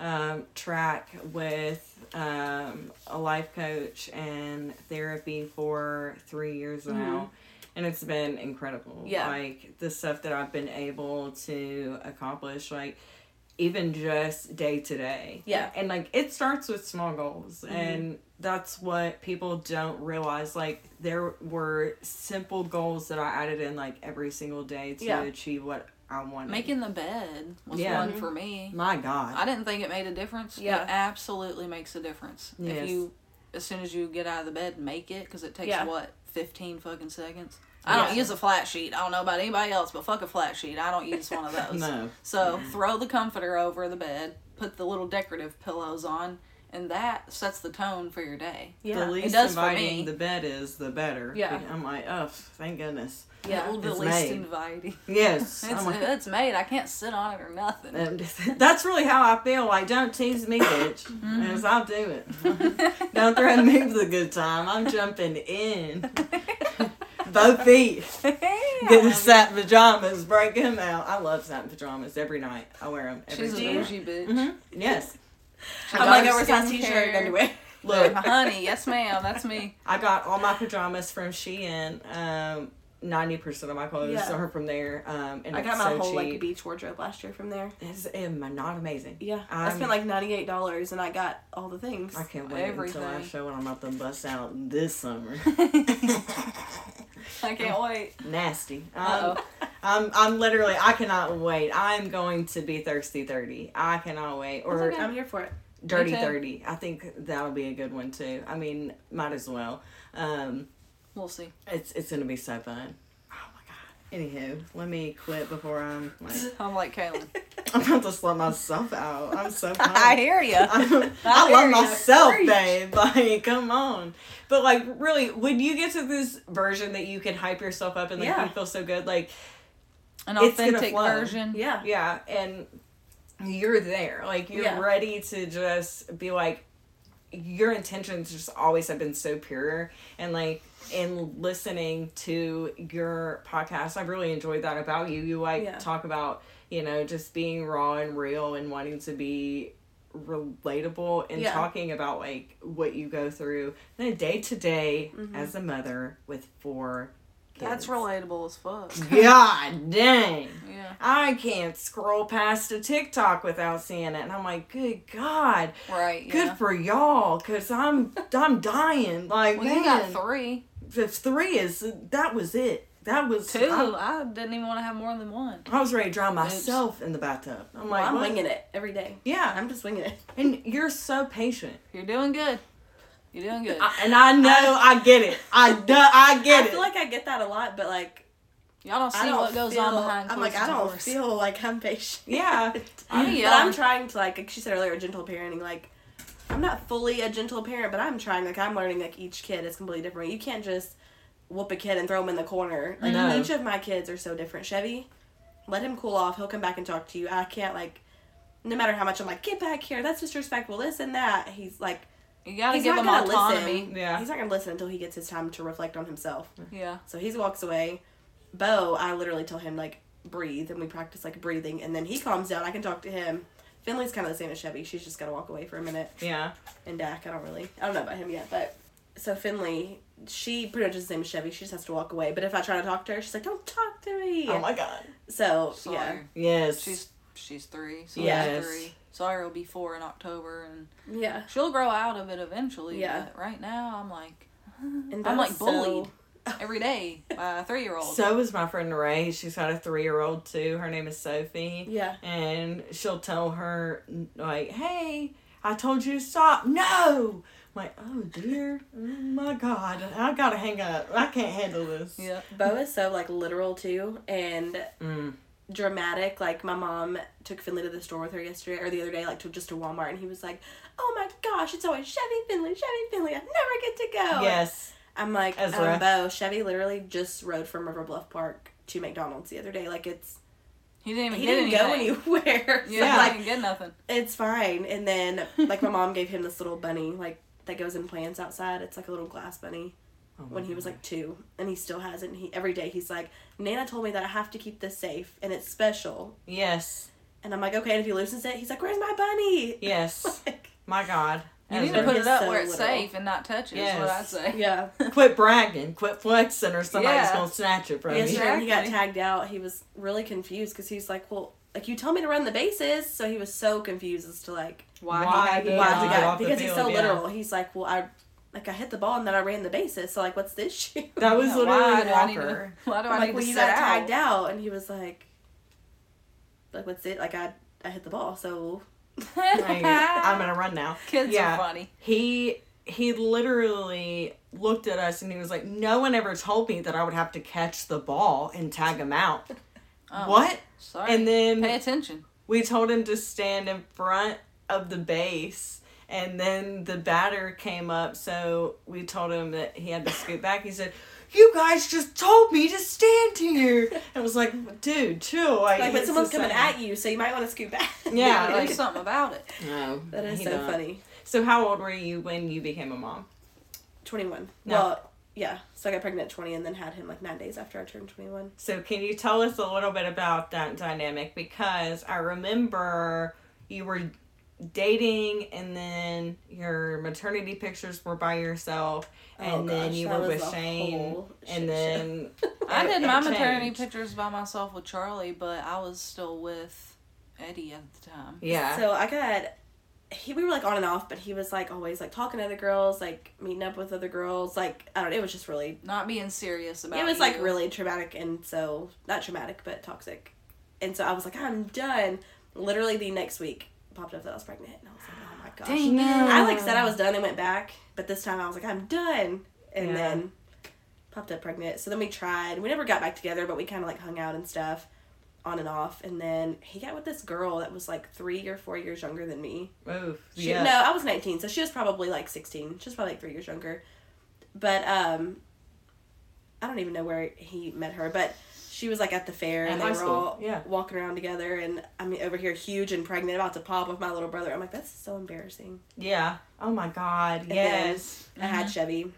[SPEAKER 2] um, track with um, a life coach and therapy for three years now, and it's been incredible.
[SPEAKER 3] Mm-hmm. Yeah.
[SPEAKER 2] like the stuff that I've been able to accomplish, like even just day to day.
[SPEAKER 3] Yeah. Mm-hmm.
[SPEAKER 2] and like it starts with small goals and. That's what people don't realize. Like, there were simple goals that I added in, like, every single day to
[SPEAKER 3] Yeah.
[SPEAKER 2] achieve what I wanted.
[SPEAKER 1] Making the bed was
[SPEAKER 2] Yeah.
[SPEAKER 3] Mm-hmm.
[SPEAKER 1] one for me.
[SPEAKER 2] My God.
[SPEAKER 1] I didn't think it made a difference.
[SPEAKER 3] Yeah.
[SPEAKER 1] It absolutely makes a difference.
[SPEAKER 2] Yes.
[SPEAKER 1] If you, as soon as you get out of the bed, make it because it takes
[SPEAKER 3] Yeah.
[SPEAKER 1] what fifteen fucking seconds. I don't
[SPEAKER 2] Yeah.
[SPEAKER 1] use a flat sheet. I don't know about anybody else, but fuck a flat sheet. I don't use one of those.
[SPEAKER 2] No.
[SPEAKER 1] So throw the comforter over the bed, put the little decorative pillows on, and that sets the tone for your day.
[SPEAKER 3] Yeah.
[SPEAKER 2] the least
[SPEAKER 1] does for
[SPEAKER 2] inviting
[SPEAKER 1] me.
[SPEAKER 2] the bed is, the better.
[SPEAKER 3] Yeah.
[SPEAKER 2] I'm like, oh, thank goodness.
[SPEAKER 1] Yeah, it will be
[SPEAKER 2] It's
[SPEAKER 1] least
[SPEAKER 2] made.
[SPEAKER 1] inviting.
[SPEAKER 2] Yes.
[SPEAKER 1] It's,
[SPEAKER 2] I'm like,
[SPEAKER 1] it's made. I can't sit on it or nothing.
[SPEAKER 2] and that's really how I feel. Like, don't tease me, bitch.
[SPEAKER 1] Mm-hmm.
[SPEAKER 2] Because I'll do it. don't threaten me with a good time. I'm jumping in. Both feet. Get the satin pajamas. Break him out. I love satin pajamas every night. I wear them every
[SPEAKER 1] She's
[SPEAKER 2] Mm-hmm.
[SPEAKER 1] a
[SPEAKER 2] single night.
[SPEAKER 1] bougie bitch.
[SPEAKER 2] Yes.
[SPEAKER 3] I'm like
[SPEAKER 1] Dark
[SPEAKER 3] oversized
[SPEAKER 1] skincare.
[SPEAKER 3] t-shirt and underwear.
[SPEAKER 2] Look,
[SPEAKER 1] Honey, yes ma'am, that's me.
[SPEAKER 2] I got all my pajamas from Shein. Um, 90% of my clothes
[SPEAKER 3] Yeah.
[SPEAKER 2] are from there. Um, and
[SPEAKER 3] I got
[SPEAKER 2] it's
[SPEAKER 3] my
[SPEAKER 2] so
[SPEAKER 3] whole
[SPEAKER 2] cheap.
[SPEAKER 3] like beach wardrobe last year from there.
[SPEAKER 2] It's am I not amazing.
[SPEAKER 3] Yeah, I
[SPEAKER 2] I'm-
[SPEAKER 3] spent like ninety eight dollars and I got all the things.
[SPEAKER 2] I can't wait until I
[SPEAKER 1] Everything.
[SPEAKER 2] show what I'm about to bust out this summer.
[SPEAKER 1] I can't wait.
[SPEAKER 2] Nasty. Um,
[SPEAKER 1] Uh-oh.
[SPEAKER 2] I'm I'm literally I cannot wait. I'm going to be thirsty thirty. I cannot wait. Or
[SPEAKER 3] I'm here for it.
[SPEAKER 2] dirty
[SPEAKER 1] Me too.
[SPEAKER 2] thirty. I think that'll be a good one too. I mean, might as well. Um,
[SPEAKER 1] We'll see.
[SPEAKER 2] it's it's gonna be so fun. Oh my god. Anywho, let me quit before I'm like
[SPEAKER 1] I'm like Kaylin.
[SPEAKER 2] I'm about to slut myself out. I'm so pumped.
[SPEAKER 3] Oh.
[SPEAKER 1] hear you.
[SPEAKER 2] I,
[SPEAKER 1] I
[SPEAKER 2] love
[SPEAKER 1] hear ya.
[SPEAKER 2] myself,
[SPEAKER 1] Preach.
[SPEAKER 2] babe. Like, come on. But like, really, when you get to this version that you can hype yourself up and like
[SPEAKER 3] Yeah.
[SPEAKER 2] you feel so good, like,
[SPEAKER 1] An
[SPEAKER 2] It's gonna
[SPEAKER 1] authentic
[SPEAKER 2] flow.
[SPEAKER 1] version.
[SPEAKER 3] Yeah.
[SPEAKER 2] yeah, and you're there. Like, you're
[SPEAKER 3] Yeah.
[SPEAKER 2] ready to just be like, your intentions just always have been so pure and like in listening to your podcast i've really enjoyed that about you you like
[SPEAKER 3] Yeah.
[SPEAKER 2] talk about you know just being raw and real and wanting to be relatable and
[SPEAKER 3] Yeah.
[SPEAKER 2] talking about like what you go through in a day to day
[SPEAKER 3] Mm-hmm.
[SPEAKER 2] as a mother with four kids.
[SPEAKER 1] That's relatable as fuck.
[SPEAKER 2] god dang
[SPEAKER 1] Yeah.
[SPEAKER 2] I can't scroll past a TikTok without seeing it, and I'm like, "Good God,
[SPEAKER 1] Right. Yeah.
[SPEAKER 2] good for y'all because i'm i'm dying like
[SPEAKER 1] well,
[SPEAKER 2] man
[SPEAKER 1] you got three.
[SPEAKER 2] the three is that was it that was
[SPEAKER 1] Two.
[SPEAKER 2] I,
[SPEAKER 1] I didn't even want to have more than one.
[SPEAKER 2] I was ready to drown myself in the bathtub. I'm
[SPEAKER 3] Well,
[SPEAKER 2] like,
[SPEAKER 3] I'm
[SPEAKER 2] what?
[SPEAKER 3] winging it every day.
[SPEAKER 2] Yeah,
[SPEAKER 3] I'm just winging it.
[SPEAKER 2] and you're so patient.
[SPEAKER 1] You're doing good. You're doing good.
[SPEAKER 2] And I know I, get it. I do, I get
[SPEAKER 3] I
[SPEAKER 2] it.
[SPEAKER 3] feel like I get that a lot, but like
[SPEAKER 1] Y'all don't
[SPEAKER 3] I
[SPEAKER 1] see
[SPEAKER 3] don't
[SPEAKER 1] what goes
[SPEAKER 3] feel,
[SPEAKER 1] on behind.
[SPEAKER 3] I'm like I
[SPEAKER 1] closed
[SPEAKER 3] don't
[SPEAKER 1] doors.
[SPEAKER 3] feel like I'm patient.
[SPEAKER 2] yeah.
[SPEAKER 1] I mean,
[SPEAKER 3] But I'm
[SPEAKER 1] yeah.
[SPEAKER 3] trying to like, like she said earlier, gentle parenting. Like, I'm not fully a gentle parent, but I'm trying. Like, I'm learning. Like, each kid is completely different. You can't just whoop a kid and throw him in the corner. Like,
[SPEAKER 2] No.
[SPEAKER 3] each of my kids are so different. Chevy, let him cool off. He'll come back and talk to you. I can't like, no matter how much I'm like, get back here. That's disrespectful. This and that. He's like,
[SPEAKER 1] You gotta
[SPEAKER 3] he's
[SPEAKER 1] give
[SPEAKER 3] not
[SPEAKER 1] them
[SPEAKER 3] gonna
[SPEAKER 1] autonomy.
[SPEAKER 3] listen.
[SPEAKER 2] Yeah.
[SPEAKER 3] he's not gonna listen until he gets his time to reflect on himself.
[SPEAKER 1] Yeah.
[SPEAKER 3] So he walks away. Bo, I literally tell him like breathe, and we practice like breathing, and then he calms down. I can talk to him. Finley's kind of the same as Chevy. She's just gotta walk away for a minute.
[SPEAKER 2] Yeah.
[SPEAKER 3] And Dak, I don't really, I don't know about him yet, but so Finley, she pretty much is the same as Chevy. She just has to walk away. But if I try to talk to her, she's like, "Don't talk to me."
[SPEAKER 2] Oh my god.
[SPEAKER 3] so yeah,
[SPEAKER 1] Sawyer.
[SPEAKER 2] Yes.
[SPEAKER 1] She's she's three. So
[SPEAKER 2] Yes.
[SPEAKER 1] yes. three. Sawyer will be four in October, and
[SPEAKER 3] yeah.
[SPEAKER 1] she'll grow out of it eventually.
[SPEAKER 3] Yeah.
[SPEAKER 1] But right now, I'm like
[SPEAKER 3] And
[SPEAKER 1] I'm, like,
[SPEAKER 3] Bo's so-
[SPEAKER 1] bullied. every day by a three year old.
[SPEAKER 2] so is my friend Ray. She's got a three year old too. Her name is Sophie.
[SPEAKER 3] Yeah.
[SPEAKER 2] And she'll tell her like, "Hey, I told you to stop." No. I'm like, oh dear, oh my god, I gotta hang up. I can't handle this.
[SPEAKER 1] yeah.
[SPEAKER 3] Bo is so like literal too, and
[SPEAKER 2] Mm.
[SPEAKER 3] dramatic. Like my mom took Finley to the store with her yesterday or the other day, like to just to Walmart, and he was like, "Oh my gosh, it's always Chevy Finley, Chevy Finley. I never get to
[SPEAKER 1] Oh,
[SPEAKER 3] go."
[SPEAKER 2] Yes.
[SPEAKER 3] I'm like,
[SPEAKER 2] Ezra.
[SPEAKER 3] um, Bo, Chevy literally just rode from River Bluff Park to McDonald's the other day. Like it's
[SPEAKER 1] He didn't even
[SPEAKER 3] he
[SPEAKER 1] get
[SPEAKER 3] didn't
[SPEAKER 1] anything.
[SPEAKER 3] go anywhere. So,
[SPEAKER 1] Yeah, he
[SPEAKER 3] like
[SPEAKER 1] didn't get nothing.
[SPEAKER 3] it's fine. And then like my mom gave him this little bunny like that goes in plants outside. It's like a little glass bunny.
[SPEAKER 2] Oh my
[SPEAKER 3] When he was like two, and he still hasn't. He every day he's like, Nana told me that I have to keep this safe, and it's special.
[SPEAKER 2] God. yes,
[SPEAKER 3] And I'm like, okay. And if he loses it, he's like, where's my bunny?
[SPEAKER 2] yes,
[SPEAKER 3] Like,
[SPEAKER 2] my god.
[SPEAKER 1] You need to
[SPEAKER 2] Ezra.
[SPEAKER 1] put
[SPEAKER 3] He's
[SPEAKER 1] it up
[SPEAKER 3] so
[SPEAKER 1] where it's
[SPEAKER 3] little.
[SPEAKER 1] safe and not touch it. Is what I
[SPEAKER 2] Yes.
[SPEAKER 1] say.
[SPEAKER 3] yeah.
[SPEAKER 2] quit bragging, quit flexing, or somebody's
[SPEAKER 1] Yeah.
[SPEAKER 2] gonna snatch it from
[SPEAKER 3] Yesterday
[SPEAKER 2] you.
[SPEAKER 1] Yes,
[SPEAKER 3] when he got
[SPEAKER 1] Exactly.
[SPEAKER 3] tagged out, he was really confused because he was like, well, like you tell me to run the bases, so he was so confused as to like
[SPEAKER 1] Why,
[SPEAKER 2] Why
[SPEAKER 1] he had
[SPEAKER 2] he
[SPEAKER 1] to
[SPEAKER 3] why
[SPEAKER 2] Yeah.
[SPEAKER 3] he
[SPEAKER 1] go.
[SPEAKER 2] Get off
[SPEAKER 3] got
[SPEAKER 2] the
[SPEAKER 3] because he's so
[SPEAKER 2] field, yeah.
[SPEAKER 3] literal. He's like, well, I like I hit the ball and then I ran the bases, so like, what's the issue?
[SPEAKER 2] That was
[SPEAKER 1] Yeah,
[SPEAKER 2] literally
[SPEAKER 1] why do I need
[SPEAKER 2] Walker.
[SPEAKER 1] to? Why do I
[SPEAKER 3] I'm like,
[SPEAKER 1] need
[SPEAKER 3] well,
[SPEAKER 1] to
[SPEAKER 3] you
[SPEAKER 1] set
[SPEAKER 3] got
[SPEAKER 1] out?
[SPEAKER 3] tagged out, and he was like, like what's it? Like I I hit the ball, so
[SPEAKER 2] Like, I'm gonna run now.
[SPEAKER 1] Kids
[SPEAKER 2] Yeah.
[SPEAKER 1] are funny.
[SPEAKER 2] He he literally looked at us and he was like, "No one ever told me that I would have to catch the ball and tag him out."
[SPEAKER 1] Oh,
[SPEAKER 2] what?
[SPEAKER 1] Sorry.
[SPEAKER 2] And then-
[SPEAKER 1] pay attention.
[SPEAKER 2] We told him to stand in front of the base, and then the batter came up. So we told him that he had to scoot back. He said. You guys just told me to stand here. And was like, dude, chill.
[SPEAKER 3] like,
[SPEAKER 2] it's
[SPEAKER 3] but
[SPEAKER 2] the
[SPEAKER 3] someone's coming
[SPEAKER 2] same."
[SPEAKER 3] at you, so you might want to scoot back.
[SPEAKER 2] Yeah,
[SPEAKER 1] You
[SPEAKER 2] like-
[SPEAKER 1] gotta do something about it.
[SPEAKER 2] No,
[SPEAKER 3] that is
[SPEAKER 2] Oh, he
[SPEAKER 3] so
[SPEAKER 2] don't.
[SPEAKER 3] funny.
[SPEAKER 2] So, how old were you when you became a mom?
[SPEAKER 3] 21.
[SPEAKER 2] No.
[SPEAKER 3] Well, yeah. So I got pregnant at 20 and then had him like nine days after I turned 21.
[SPEAKER 2] So, can you tell us a little bit about that dynamic? Because I remember you were dating, and then your maternity pictures were by yourself, and
[SPEAKER 3] Oh,
[SPEAKER 2] then
[SPEAKER 3] gosh,
[SPEAKER 2] you
[SPEAKER 3] that
[SPEAKER 2] were
[SPEAKER 3] was
[SPEAKER 2] with
[SPEAKER 3] a
[SPEAKER 2] Shane,
[SPEAKER 3] whole shit
[SPEAKER 2] and then
[SPEAKER 1] I did my
[SPEAKER 2] it
[SPEAKER 1] maternity
[SPEAKER 2] changed.
[SPEAKER 1] pictures by myself with Charlie, but I was still with Eddie at the time.
[SPEAKER 2] Yeah,
[SPEAKER 3] So I got. He, we were like on and off, but he was like always like talking to other girls, like meeting up with other girls. Like, I don't know. It was just really.
[SPEAKER 1] Not being serious about
[SPEAKER 3] It was like
[SPEAKER 1] you.
[SPEAKER 3] really traumatic and so. Not traumatic, but toxic. And so I was like, I'm done. Literally the next week popped up that I was pregnant. And I was like, oh my gosh.
[SPEAKER 1] Dang it.
[SPEAKER 2] No.
[SPEAKER 3] I like said I was done and went back, but this time I was like, I'm done. And
[SPEAKER 2] Yeah.
[SPEAKER 3] then popped up pregnant. So then we tried. We never got back together, but we kind of like hung out and stuff on and off. And then he got with this girl that was like three or four years younger than me.
[SPEAKER 2] Oof,
[SPEAKER 3] She,
[SPEAKER 2] yeah,
[SPEAKER 3] No, I was 19, so she was probably like 16. She was probably like three years younger. But um, I don't even know where he met her, but she was like at the fair
[SPEAKER 2] At
[SPEAKER 3] and they
[SPEAKER 2] high
[SPEAKER 3] were
[SPEAKER 2] school,
[SPEAKER 3] all
[SPEAKER 2] yeah.
[SPEAKER 3] walking around together. And I mean, over here, huge and pregnant, about to pop with my little brother. I'm like, that's so embarrassing.
[SPEAKER 2] yeah. Oh my God,
[SPEAKER 3] then-
[SPEAKER 2] yes,
[SPEAKER 3] I
[SPEAKER 1] Mm-hmm.
[SPEAKER 3] had Chevy.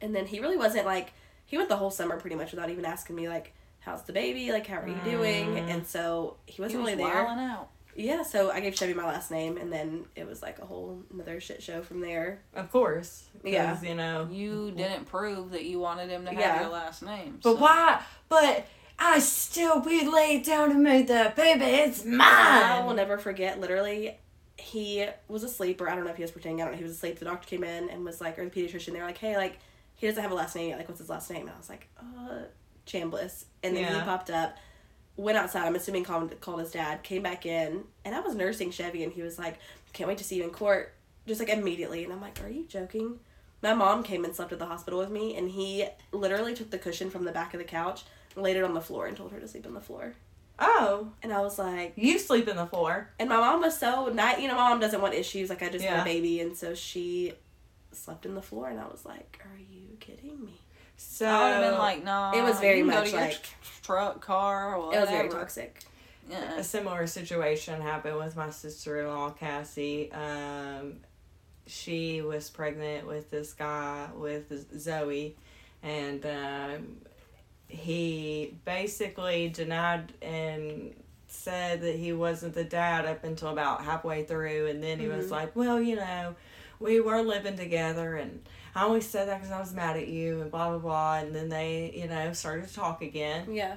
[SPEAKER 3] And then he really wasn't like he went the whole summer pretty much without even asking me like how's the baby like how are you doing
[SPEAKER 2] Mm.
[SPEAKER 3] and so he
[SPEAKER 1] He
[SPEAKER 3] wasn't
[SPEAKER 1] was
[SPEAKER 3] really there
[SPEAKER 1] wilding out.
[SPEAKER 3] yeah so i gave chevy my last name and then it was like a whole another shit show from there
[SPEAKER 2] of course. 'Cause,
[SPEAKER 3] Yeah.
[SPEAKER 2] you know,
[SPEAKER 1] You didn't prove that you wanted him to have
[SPEAKER 3] Yeah.
[SPEAKER 1] your last name.
[SPEAKER 2] But
[SPEAKER 1] so-
[SPEAKER 2] why? But I still we laid down and made that baby. It's mine.
[SPEAKER 3] i
[SPEAKER 2] Um,
[SPEAKER 3] will never forget literally he was asleep or i don't know if he was pretending i don't know he was asleep the doctor came in and was like or the pediatrician they were like hey like he doesn't have a last name yet like what's his last name and i was like uh Chambliss, and then
[SPEAKER 2] Yeah.
[SPEAKER 3] he popped up, went outside. I'm assuming called called his dad, came back in, and I was nursing Chevy, and he was like, "Can't wait to see you in court," just like immediately, and I'm like, "Are you joking?" My mom came and slept at the hospital with me, and he literally took the cushion from the back of the couch, laid it on the floor, and told her to sleep on the floor.
[SPEAKER 2] Oh,
[SPEAKER 3] And I was like,
[SPEAKER 2] you sleep in the floor.
[SPEAKER 3] and my mom was so nice. You know, my mom doesn't want issues. Like I just had
[SPEAKER 2] Yeah.
[SPEAKER 3] a baby, and so she slept in the floor, and I was like, "Are you kidding me?"
[SPEAKER 2] So
[SPEAKER 1] I would have been like, no.
[SPEAKER 3] It was very
[SPEAKER 1] you can
[SPEAKER 3] much
[SPEAKER 1] go to your
[SPEAKER 3] like-
[SPEAKER 1] tr- truck, car, or
[SPEAKER 3] It was very
[SPEAKER 1] whatever.
[SPEAKER 3] toxic.
[SPEAKER 2] a
[SPEAKER 1] Yeah.
[SPEAKER 2] similar situation happened with my sister-in-law cassie um, she was pregnant with this guy with zoe and um, he basically denied and said that he wasn't the dad up until about halfway through and then he was
[SPEAKER 1] Mm-hmm.
[SPEAKER 2] like well you know we were living together and i always said that because i was mad at you and blah blah blah and then they you know started to talk again
[SPEAKER 3] Yeah.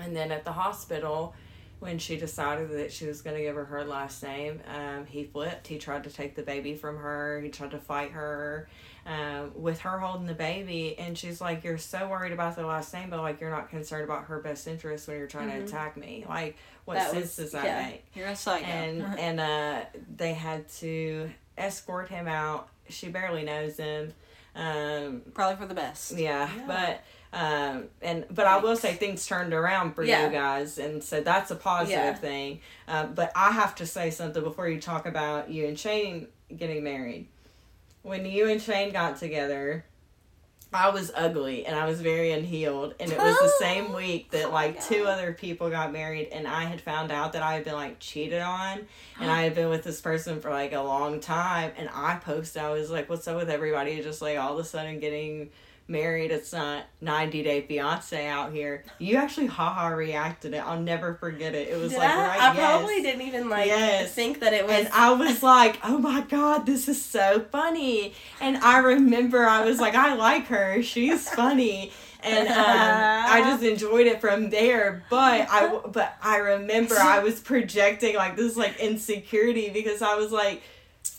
[SPEAKER 2] and then at the hospital, when she decided that she was going to give her her last name, um, he flipped. He tried to take the baby from her. He tried to fight her um, with her holding the baby. And she's like, You're so worried about the last name, but like, you're not concerned about her best interest when you're trying to attack me. Like, what
[SPEAKER 3] Mm-hmm. That
[SPEAKER 2] sense
[SPEAKER 3] was-
[SPEAKER 2] does that
[SPEAKER 3] yeah. Uh-huh.
[SPEAKER 2] make?
[SPEAKER 1] You're a psycho.
[SPEAKER 2] And, and uh, they had to escort him out. She barely knows him. Um,
[SPEAKER 1] Probably for the best.
[SPEAKER 2] yeah,
[SPEAKER 3] Yeah.
[SPEAKER 2] but um, and but I will say things turned around for
[SPEAKER 3] Yeah.
[SPEAKER 2] you guys, and so that's a positive
[SPEAKER 3] Yeah.
[SPEAKER 2] thing. Um, but I have to say something before you talk about you and Shane getting married. When you and Shane got together, I was ugly and I was very unhealed, and it was the same week that
[SPEAKER 3] Oh
[SPEAKER 2] like two other people got married, and I had found out that I had been like cheated on, and I had been with this person for like a long time, and I posted I was like, "What's up with everybody?" Just like all of a sudden getting married. It's not 90 Day Fiance out here. You actually haha reacted it. I'll never forget it. It was
[SPEAKER 3] Did
[SPEAKER 2] like,
[SPEAKER 3] I?
[SPEAKER 2] right,
[SPEAKER 3] I
[SPEAKER 2] yes.
[SPEAKER 3] probably didn't even like
[SPEAKER 2] Yes.
[SPEAKER 3] think that it was.
[SPEAKER 2] And I was like, oh my God, this is so funny. And I remember I was like, I like her. She's funny. And um, I just enjoyed it from there. But I, w- but I remember I was projecting like this like insecurity because I was like,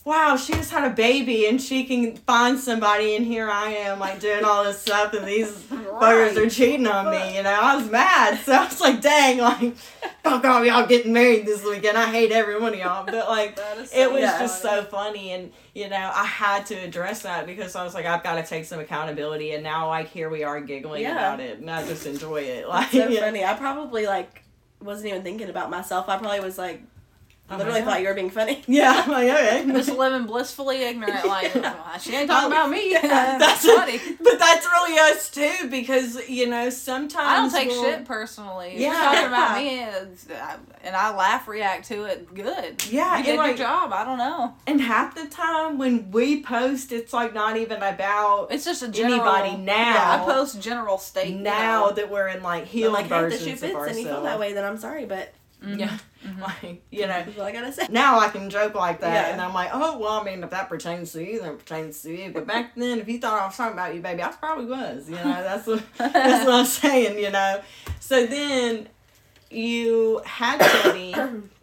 [SPEAKER 2] wow, she just had a baby and she can find somebody, and here I am, like doing all this stuff, and these buggers are cheating on me. You know, I was mad, so I was like, dang, like, fuck all y'all getting married this weekend. I hate every one of y'all, but like,
[SPEAKER 1] That is
[SPEAKER 2] it
[SPEAKER 1] so
[SPEAKER 2] was
[SPEAKER 3] Yeah.
[SPEAKER 2] just so funny, and you know, I had to address that because I was like, I've got to take some accountability, and now like here we are giggling
[SPEAKER 3] Yeah.
[SPEAKER 2] about it, and I just enjoy it. Like,
[SPEAKER 3] so
[SPEAKER 2] yeah.
[SPEAKER 3] funny. I probably like wasn't even thinking about myself. I probably was like
[SPEAKER 2] Oh my
[SPEAKER 3] literally
[SPEAKER 2] God.
[SPEAKER 3] thought you were being funny.
[SPEAKER 2] yeah, I'm like okay.
[SPEAKER 1] Just living blissfully ignorant, like
[SPEAKER 3] Yeah.
[SPEAKER 1] she ain't talking about me.
[SPEAKER 2] that's
[SPEAKER 1] That's funny.
[SPEAKER 2] But that's really us too, because you know sometimes
[SPEAKER 1] I don't take
[SPEAKER 2] we'll-
[SPEAKER 1] shit personally. If You're
[SPEAKER 2] Yeah.
[SPEAKER 1] talking about me, it's- I- and I laugh react to it. Good.
[SPEAKER 2] Yeah,
[SPEAKER 1] you
[SPEAKER 2] and
[SPEAKER 1] did
[SPEAKER 2] like-
[SPEAKER 1] your job. I don't know.
[SPEAKER 2] And half the time when we post, it's like not even about
[SPEAKER 1] It's just a general.
[SPEAKER 2] anybody
[SPEAKER 1] I
[SPEAKER 2] now.
[SPEAKER 1] post general state
[SPEAKER 2] now that we're in like
[SPEAKER 3] But,
[SPEAKER 2] healing
[SPEAKER 3] like half the
[SPEAKER 2] versions
[SPEAKER 3] shoe fits,
[SPEAKER 2] of
[SPEAKER 3] and
[SPEAKER 2] ourselves.
[SPEAKER 3] you feel that way, then I'm sorry, but
[SPEAKER 2] Yeah, like you know.
[SPEAKER 3] that's all I gotta say.
[SPEAKER 2] Now I can joke like that,
[SPEAKER 3] Mm-hmm. Yeah.
[SPEAKER 2] and I'm like, oh well. I mean, if that pertains to you, then it pertains to you. But back then, if you thought I was talking about you, baby, I probably was. You know, that's what that's what I'm saying. You know, so then you had Teddy,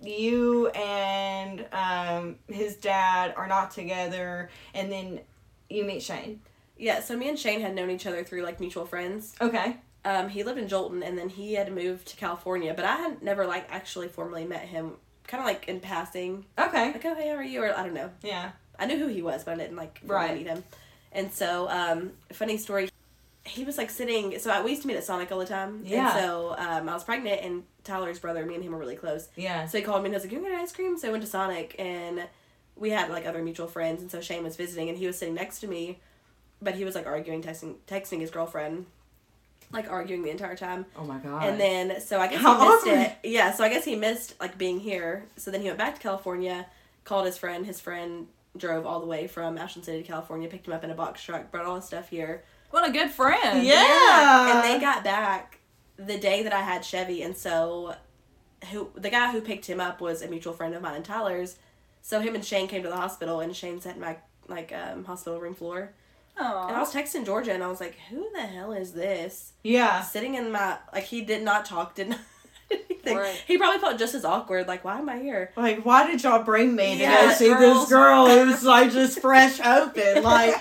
[SPEAKER 2] you and um, his dad are not together, and then you meet Shane.
[SPEAKER 3] Yeah, so me and Shane had known each other through like mutual friends.
[SPEAKER 2] Okay.
[SPEAKER 3] Um, he lived in Jolton, and then he had moved to California, but I had never like actually formally met him. Kind of like in passing,
[SPEAKER 2] Okay.
[SPEAKER 3] like oh hey how are you or I don't know.
[SPEAKER 2] Yeah.
[SPEAKER 3] I knew who he was, but I didn't like really
[SPEAKER 2] Right.
[SPEAKER 3] meet him. And so, um, funny story. He was like sitting. So I, we used to meet at Sonic all the time.
[SPEAKER 2] Yeah.
[SPEAKER 3] And so um, I was pregnant, and Tyler's brother, me and him were really close.
[SPEAKER 2] Yeah.
[SPEAKER 3] So he called me and I was like, "You want to get ice cream?" So I went to Sonic, and we had like other mutual friends. And so Shane was visiting, and he was sitting next to me, but he was like arguing, texting, texting his girlfriend, like arguing the entire time.
[SPEAKER 2] Oh my god.
[SPEAKER 3] And then so I guess
[SPEAKER 2] How
[SPEAKER 3] he missed
[SPEAKER 2] awkward.
[SPEAKER 3] it. Yeah, so I guess he missed like being here. So then he went back to California, called his friend. His friend drove all the way from Ashland City to California, picked him up in a box truck, brought all his stuff here.
[SPEAKER 1] What a good friend.
[SPEAKER 2] Yeah.
[SPEAKER 3] And they got back the day that I had Chevy, and so who the guy who picked him up was a mutual friend of mine and Tyler's. So him and Shane came to the hospital, and Shane sat in my like um, hospital room floor. And I
[SPEAKER 1] Aw.
[SPEAKER 3] was texting Georgia, and I was like, "Who the hell is this?"
[SPEAKER 2] yeah.
[SPEAKER 3] sitting in my like he did not talk did not anything
[SPEAKER 1] Right.
[SPEAKER 3] he probably felt just as awkward like why am i here
[SPEAKER 2] Like, why did y'all bring me to
[SPEAKER 3] Yeah,
[SPEAKER 2] go see
[SPEAKER 1] girls.
[SPEAKER 2] this girl who's like just fresh open? Like,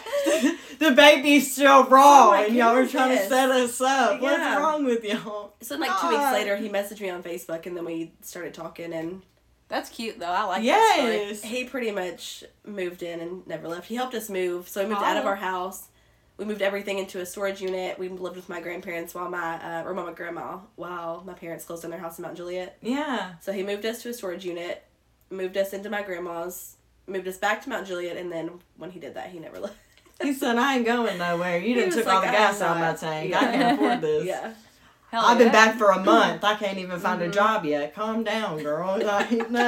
[SPEAKER 2] the baby's still raw,
[SPEAKER 3] Oh my
[SPEAKER 2] and y'all were trying to
[SPEAKER 3] goodness.
[SPEAKER 2] set us up.
[SPEAKER 3] Yeah.
[SPEAKER 2] What's wrong with y'all?
[SPEAKER 3] So then, like two weeks
[SPEAKER 1] Ah.
[SPEAKER 2] God.
[SPEAKER 3] later, he messaged me on Facebook, and then we started talking, and
[SPEAKER 1] That's cute though. I like that
[SPEAKER 2] Yes.
[SPEAKER 3] he pretty much moved in and never left. He helped us move, so we moved out of
[SPEAKER 1] Oh.
[SPEAKER 3] our house. We moved everything into a storage unit. We lived with my grandparents while my uh, or my grandma while my parents closed down their house in Mount Juliet.
[SPEAKER 2] Yeah.
[SPEAKER 3] So he moved us to a storage unit, moved us into my grandma's, moved us back to Mount Juliet, and then when he did that, he never left.
[SPEAKER 2] He said, I ain't going nowhere. You didn't
[SPEAKER 3] was
[SPEAKER 2] took
[SPEAKER 3] like,
[SPEAKER 2] all the
[SPEAKER 3] "I'm
[SPEAKER 2] gas out of my
[SPEAKER 3] not."
[SPEAKER 2] tank. I
[SPEAKER 3] Yeah.
[SPEAKER 2] can afford this.
[SPEAKER 3] yeah. Mm-hmm.
[SPEAKER 1] story. Hell
[SPEAKER 2] I've been
[SPEAKER 1] yeah.
[SPEAKER 2] back for a month. I can't even find a job yet. Calm down, girl. Like, no.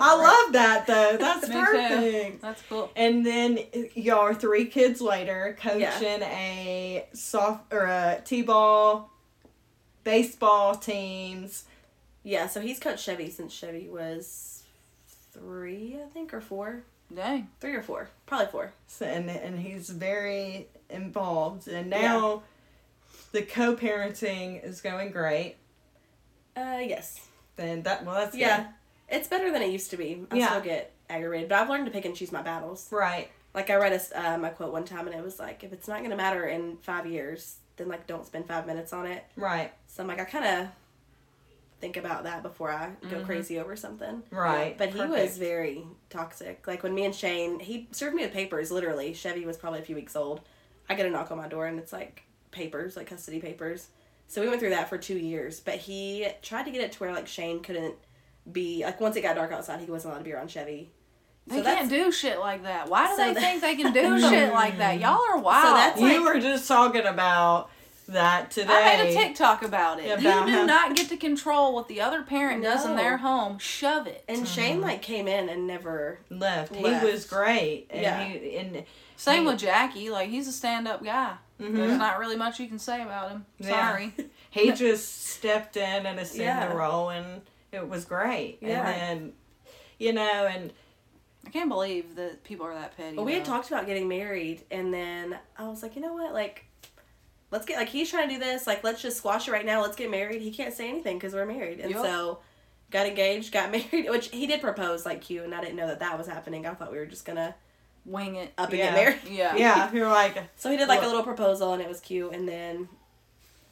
[SPEAKER 2] I love that though. That's
[SPEAKER 1] Me too.
[SPEAKER 2] perfect.
[SPEAKER 1] That's cool.
[SPEAKER 2] And then y'all are three kids later coaching
[SPEAKER 3] Yeah.
[SPEAKER 2] a soft or a t-ball, baseball teams.
[SPEAKER 3] Yeah, so he's coached Chevy since Chevy was three, I think, or four.
[SPEAKER 1] Dang.
[SPEAKER 3] Three or four. Probably four.
[SPEAKER 2] So, and and he's very involved. And now the co-parenting is going great.
[SPEAKER 3] Uh, yes.
[SPEAKER 2] Then that well that's
[SPEAKER 3] Yeah. It's better than it used to be. I
[SPEAKER 2] Yeah.
[SPEAKER 3] still get aggravated, but I've learned to pick and choose my battles.
[SPEAKER 2] good. Right.
[SPEAKER 3] Like I read a s- um, a quote one time, and it was like, if it's not gonna matter in five years, then like don't spend five minutes on it.
[SPEAKER 2] Right.
[SPEAKER 3] So I'm like, I kind of think about that before I go crazy over something.
[SPEAKER 2] Mm-hmm. Right.
[SPEAKER 3] But he
[SPEAKER 2] Perfect.
[SPEAKER 3] was very toxic. Like when me and Shane, he served me with papers. Literally, Chevy was probably a few weeks old. I get a knock on my door, and it's like papers, like custody papers. So we went through that for two years. But he tried to get it to where like Shane couldn't be like once it got dark outside, he wasn't allowed to be around Chevy.
[SPEAKER 1] They
[SPEAKER 3] So
[SPEAKER 1] can't
[SPEAKER 3] that's
[SPEAKER 1] do shit like that. Why do
[SPEAKER 3] So
[SPEAKER 1] they
[SPEAKER 3] that-
[SPEAKER 1] think they can do shit like that? Y'all are wild.
[SPEAKER 3] that's
[SPEAKER 2] we were just talking about that today.
[SPEAKER 1] I made a TikTok about it.
[SPEAKER 2] About
[SPEAKER 1] you do
[SPEAKER 2] how-
[SPEAKER 1] not get to control what the other parent does in
[SPEAKER 3] No.
[SPEAKER 1] their home. Shove it.
[SPEAKER 2] Mm-hmm.
[SPEAKER 3] and Shane like came in and never.
[SPEAKER 2] left.
[SPEAKER 3] Left.
[SPEAKER 2] He was great. And
[SPEAKER 3] Yeah.
[SPEAKER 2] he and
[SPEAKER 1] Same with Jackie. Like he's a stand-up guy. There's not really much you can say about him.
[SPEAKER 2] Yeah.
[SPEAKER 1] Sorry.
[SPEAKER 2] he just stepped in and assumed
[SPEAKER 3] Yeah.
[SPEAKER 2] the role and it was great.
[SPEAKER 3] Yeah.
[SPEAKER 2] And then you know, and
[SPEAKER 1] I can't believe that people are that petty.
[SPEAKER 3] But we had
[SPEAKER 1] though.
[SPEAKER 3] talked about getting married, and then I was like, you know what, like. Let's get like he's trying to do this. Like let's just squash it right now. Let's get married. He can't say anything because we're married, and
[SPEAKER 1] Yup.
[SPEAKER 3] so got engaged, got married. Which he did propose like you, and I didn't know that that was happening. I thought we were just gonna
[SPEAKER 1] wing it.
[SPEAKER 3] up and
[SPEAKER 2] Yeah.
[SPEAKER 3] get married.
[SPEAKER 1] Yeah.
[SPEAKER 2] yeah, you're like
[SPEAKER 3] So he did like a
[SPEAKER 2] Well-
[SPEAKER 3] little proposal, and it was cute, and then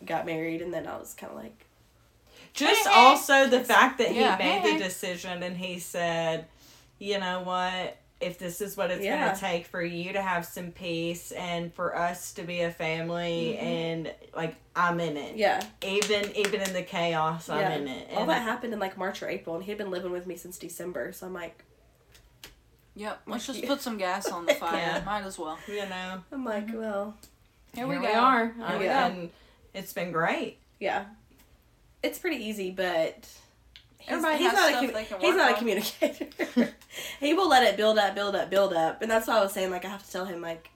[SPEAKER 3] got married, and then I was kind of like,
[SPEAKER 2] just
[SPEAKER 1] Hey, hey.
[SPEAKER 2] also the fact that
[SPEAKER 1] Yeah,
[SPEAKER 2] he made
[SPEAKER 1] hey, hey.
[SPEAKER 2] the decision and he said, you know what, if this is what it's
[SPEAKER 3] Yeah.
[SPEAKER 2] gonna take for you to have some peace and for us to be a family
[SPEAKER 1] Mm-hmm.
[SPEAKER 2] and like I'm in it.
[SPEAKER 3] yeah,
[SPEAKER 2] Even even in the chaos I'm
[SPEAKER 3] yeah.
[SPEAKER 2] in it.
[SPEAKER 3] All
[SPEAKER 2] And-
[SPEAKER 3] that happened in like March or April, and he had been living with me since December. So I'm like,
[SPEAKER 1] Yep. Let's just
[SPEAKER 3] Yeah.
[SPEAKER 1] put some gas on the fire.
[SPEAKER 2] Yeah.
[SPEAKER 1] Might as well.
[SPEAKER 2] you know.
[SPEAKER 3] I'm like, well,
[SPEAKER 1] Here, we, go.
[SPEAKER 2] are.
[SPEAKER 1] Here we
[SPEAKER 3] Yeah.
[SPEAKER 1] go.
[SPEAKER 2] And it's been great.
[SPEAKER 3] yeah, it's pretty easy, but. He's,
[SPEAKER 1] Everybody
[SPEAKER 3] he's
[SPEAKER 1] has
[SPEAKER 3] not
[SPEAKER 1] stuff
[SPEAKER 3] a commu-
[SPEAKER 1] they can
[SPEAKER 3] he's
[SPEAKER 1] work
[SPEAKER 3] not a
[SPEAKER 1] on.
[SPEAKER 3] communicator. he will let it build up, build up, build up, and that's why I was saying like I have to tell him like,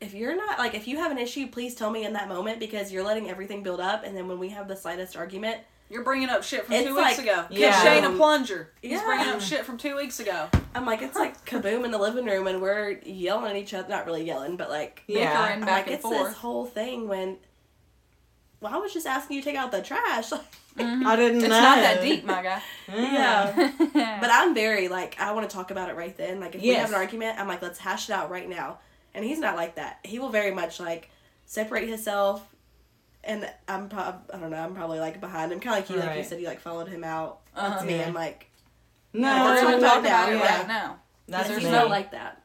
[SPEAKER 3] if you're not like if you have an issue, please tell me in that moment because you're letting everything build up, and then when we have the slightest argument,
[SPEAKER 1] You're bringing up shit from
[SPEAKER 3] It's
[SPEAKER 1] two
[SPEAKER 3] like-
[SPEAKER 1] weeks ago.
[SPEAKER 2] Yeah.
[SPEAKER 1] Give Shane a plunger. He's
[SPEAKER 3] Yeah.
[SPEAKER 1] bringing up shit from two weeks ago.
[SPEAKER 3] I'm like, it's like kaboom in the living room, and we're yelling at each other. Not really yelling, but like,
[SPEAKER 2] Yeah.
[SPEAKER 1] Bickering
[SPEAKER 3] I'm
[SPEAKER 1] back
[SPEAKER 3] like,
[SPEAKER 1] and
[SPEAKER 3] it's
[SPEAKER 1] forth.
[SPEAKER 3] this whole thing when. Well, I was just asking you to take out the trash. Like,
[SPEAKER 2] I didn't
[SPEAKER 1] Mm-hmm. It's
[SPEAKER 2] know.
[SPEAKER 1] not that deep, my guy.
[SPEAKER 3] yeah.
[SPEAKER 1] but
[SPEAKER 3] But I'm very like, I want to talk about it right then. Like, if we
[SPEAKER 2] Yes.
[SPEAKER 3] have an argument, I'm like, let's hash it out right now. And he's not like that. He will very much like separate himself. And I'm probably, I don't know, I'm probably like behind him. Kind of like you, like you
[SPEAKER 2] Right.
[SPEAKER 3] said, you like followed him out.
[SPEAKER 1] Uh-huh.
[SPEAKER 3] That's me.
[SPEAKER 2] Yeah.
[SPEAKER 3] I'm like,
[SPEAKER 2] No,
[SPEAKER 3] Yeah,
[SPEAKER 1] We're
[SPEAKER 3] that's
[SPEAKER 1] gonna
[SPEAKER 3] what
[SPEAKER 1] talk
[SPEAKER 3] I'm
[SPEAKER 1] about it
[SPEAKER 3] talking
[SPEAKER 1] right
[SPEAKER 3] about,
[SPEAKER 1] now.
[SPEAKER 2] That's
[SPEAKER 3] he's
[SPEAKER 2] me.
[SPEAKER 3] not like that.